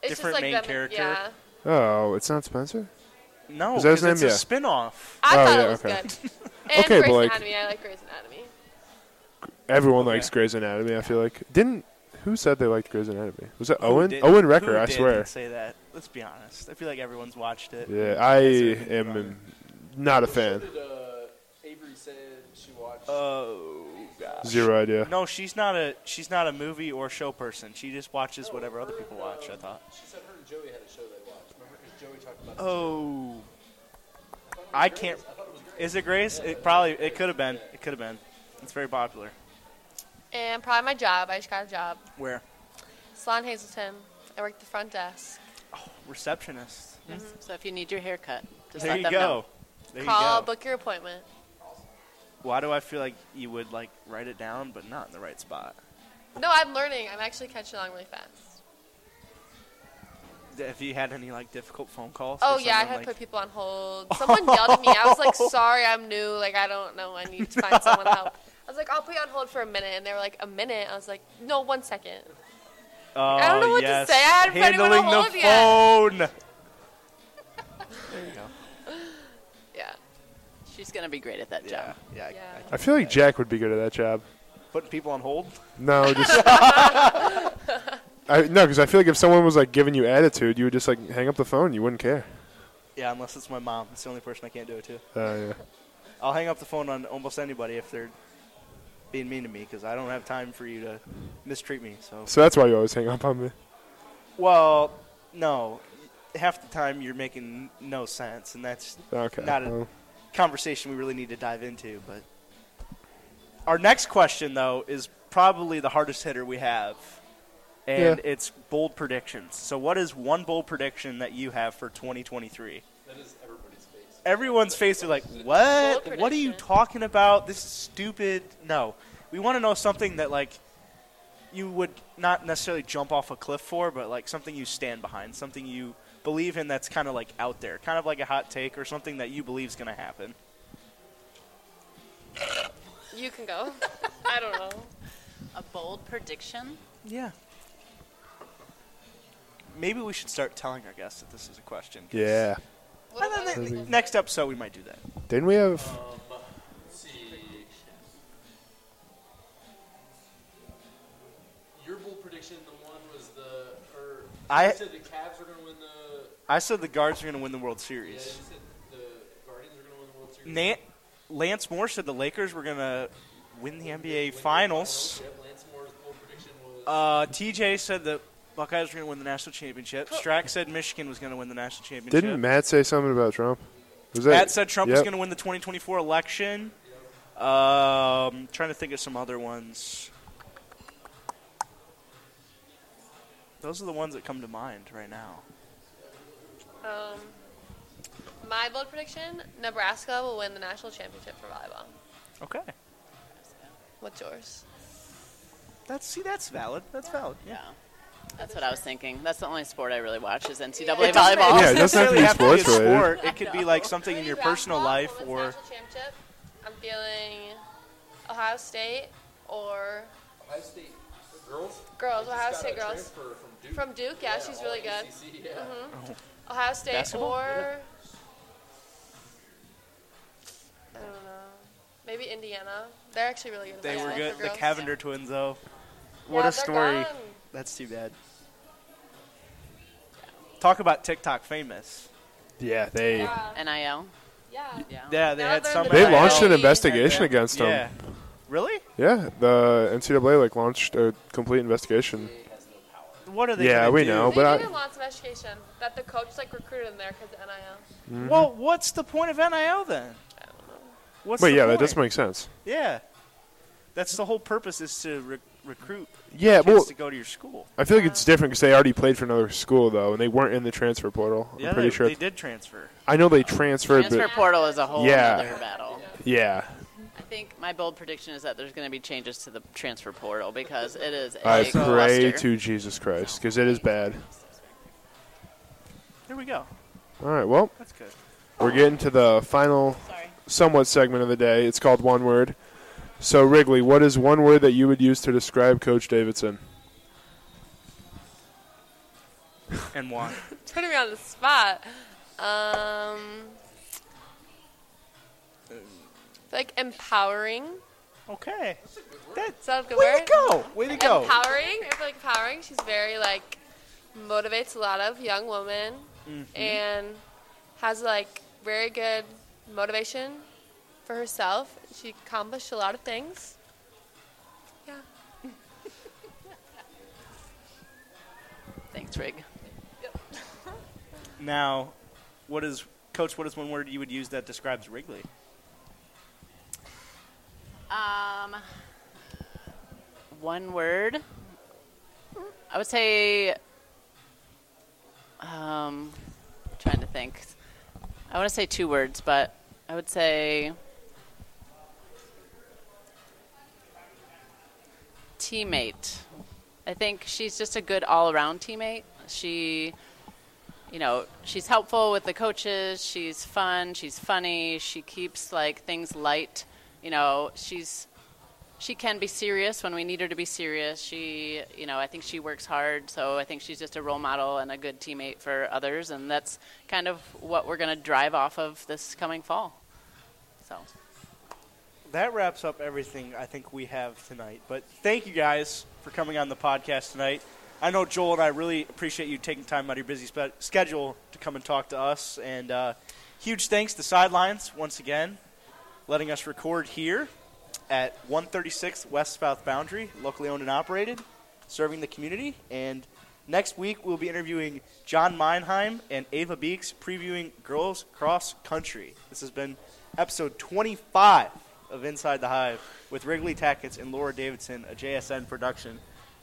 It's Different just like main them, character. Yeah. Oh, it's not Spencer. No, Is that his 'cause it's name? a Yeah. spin-off. I Oh, thought yeah, it was (laughs) okay. good. And Okay, but, Grey's like- Anatomy. I like Grey's Anatomy. Everyone Okay. likes Grey's Anatomy. I feel like didn't who said they liked Grey's Anatomy? Was it Who Owen? didn't- Owen who Recker, I didn't swear. Say that. Let's be honest. I feel like everyone's watched it. Yeah, I That's what am not a fan. uh, Avery said she watched. Oh gosh. Zero idea. No, she's not a she's not a movie or show person. She just watches whatever other people watch. I thought. She said her and Joey had a show they watched. Remember, because Joey talked about Oh. I can't. Is it Grace? It probably. It could have been. It could have been. It's very popular. And probably my job. I just got a job. Where? Salon Hazleton. I work the front desk. Receptionist. Mm-hmm. So if you need your haircut, just There let you them go. know. There Call, you go. book your appointment. Why do I feel like you would like write it down, but not in the right spot? No, I'm learning. I'm actually catching on really fast. Have you had any like difficult phone calls? Oh or yeah, I someone, had like, put people on (laughs) hold. Someone yelled at me. I was like, "Sorry, I'm new. Like, I don't know. I need to (laughs) find someone help." I was like, "I'll put you on hold for a minute," and they were like, "A minute?" I was like, "No, one second. Oh, I don't know what to yes. say. I hadn't put anyone Handling on hold the yet. phone. Yeah, She's gonna be great at that Yeah, job. yeah. I- yeah. I feel like Jack would be good at that job. Putting people on hold. No, just. I, no, because I feel like if someone was like giving you attitude, you would just like hang up the phone. You wouldn't care. Yeah, unless it's my mom. It's the only person I can't do it to. Uh, yeah. I'll hang up the phone on almost anybody if they're being mean to me because I don't have time for you to mistreat me. So, So that's why you always hang up on me. well, no, half the time you're making no sense, and that's Okay. Not a- well, conversation we really need to dive into. But our next question, though, is probably the hardest hitter we have, and it's bold predictions. So, what is one bold prediction that you have for 2023? That is everybody's face. Everyone's face are like, Bold "What? What are you prediction. talking about? This is stupid." No, we want to know something that like you would not necessarily jump off a cliff for, but like something you stand behind, something you believe in that's kind of like out there, kind of like a hot take or something that you believe is going to happen. You can go. I don't know. A bold prediction. Yeah. Maybe we should start telling our guests that this is a question. 'cause- yeah. What (laughs) I about don't you? think- next episode, we might do that. Didn't we have? Let's see. Your bull prediction, the one was the. Or, I- you said the Cavs were going to win the. I said the guards are going to win the World Yeah, you Series. said the Guardians were going to win the World Series. Na- Lance Moore said the Lakers were going to win the NBA Finals. Yep, Lance Moore's bull prediction was. Uh, TJ said that Buckeyes were going to win the national championship. Strack said Michigan was going to win the national championship. Didn't Matt say something about Trump? Was that? Matt said Trump was Yep. going to win the 2024 election. Um, trying to think of some other ones. Those are the ones that come to mind right now. Um, my bold prediction: Nebraska will win the national championship for volleyball. Okay. What's yours? That's see, that's valid. That's valid. Yeah. That's what I was thinking. That's the only sport I really watch is NCAA It doesn't- volleyball. Yeah, it doesn't have to be necessarily a sports related. sport. It could be like something in your Women's personal life basketball, or women's national championship. I'm feeling Ohio State or Ohio State girls. girls. Just Ohio got State a girls transfer from Duke. from Duke. Yeah, she's all really good. ACC, yeah. Ohio State Basketball? or I don't know, maybe Indiana. They're actually really good. at they were basketball good. for The girls. Cavender twins, though. Yeah, What they're a story. gone. That's too bad. Talk about TikTok famous. Yeah, they Yeah. NIL. Yeah. Yeah. Yeah, they Oh. Now had they're some. in the they Yeah. launched an Yeah. investigation against them. Yeah. Really? Yeah, the NCAA like launched a complete investigation. What are they? Yeah, gonna we do? know. They but I- did in lots of education that the coach like recruited them there because of NIL. Mm-hmm. Well, what's the point of NIL then? I don't know. What's But the yeah, that point? does make sense. Yeah, that's the whole purpose is to re- recruit Yeah, kids well, to go to your school. I feel like it's different because they already played for another school though, and they weren't in the transfer portal. Yeah, I'm pretty they, sure. they did transfer. I know they transferred, Transfer but portal is a whole Yeah. other battle. yeah, I think my bold prediction is that there's going to be changes to the transfer portal because it is a I cluster. pray to Jesus Christ because it is bad. There we go. All right, well, That's good. we're getting to the final, Sorry. somewhat segment of the day. It's called one word. So Wrigley, what is one word that you would use to describe Coach Davidson? And one. Putting me on the spot. Um, like empowering. Okay. Is that a good Way word? to go. Oh, Way to go. Empowering. I feel like empowering. She's very like motivates a lot of young women and has like very good motivation for herself. She accomplished a lot of things. Yeah. Thanks, Rig. Now, what is coach? What is one word you would use that describes Wrigley? Um, one word. I would say. Um, trying to think. I want to say two words, but I would say teammate. I think she's just a good all-around teammate. She, you know, she's helpful with the coaches. She's fun. She's funny. She keeps like things light. You know, she's she can be serious when we need her to be serious. She, you know, I think she works hard, so I think she's just a role model and a good teammate for others, and that's kind of what we're going to drive off of this coming fall. So, That wraps up everything I think we have tonight. But thank you guys for coming on the podcast tonight. I know Joel and I really appreciate you taking time out of your busy spe- schedule to come and talk to us. And uh, huge thanks to Sidelines once again, letting us record here at 136 West South Boundary, locally owned and operated, serving the community. And next week we'll be interviewing John Meinheim and Ava Beeks, previewing Girls Cross Country. This has been episode 25 of Inside the Hive with Wrigley Tackett and Laura Davidson, a JSN production.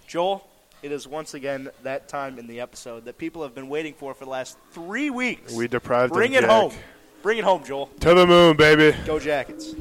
Joel, it is once again that time in the episode that people have been waiting for for the last three weeks. We deprived Bring them, it Jack. home. Bring it home, Joel. To the moon, baby. Go Jackets.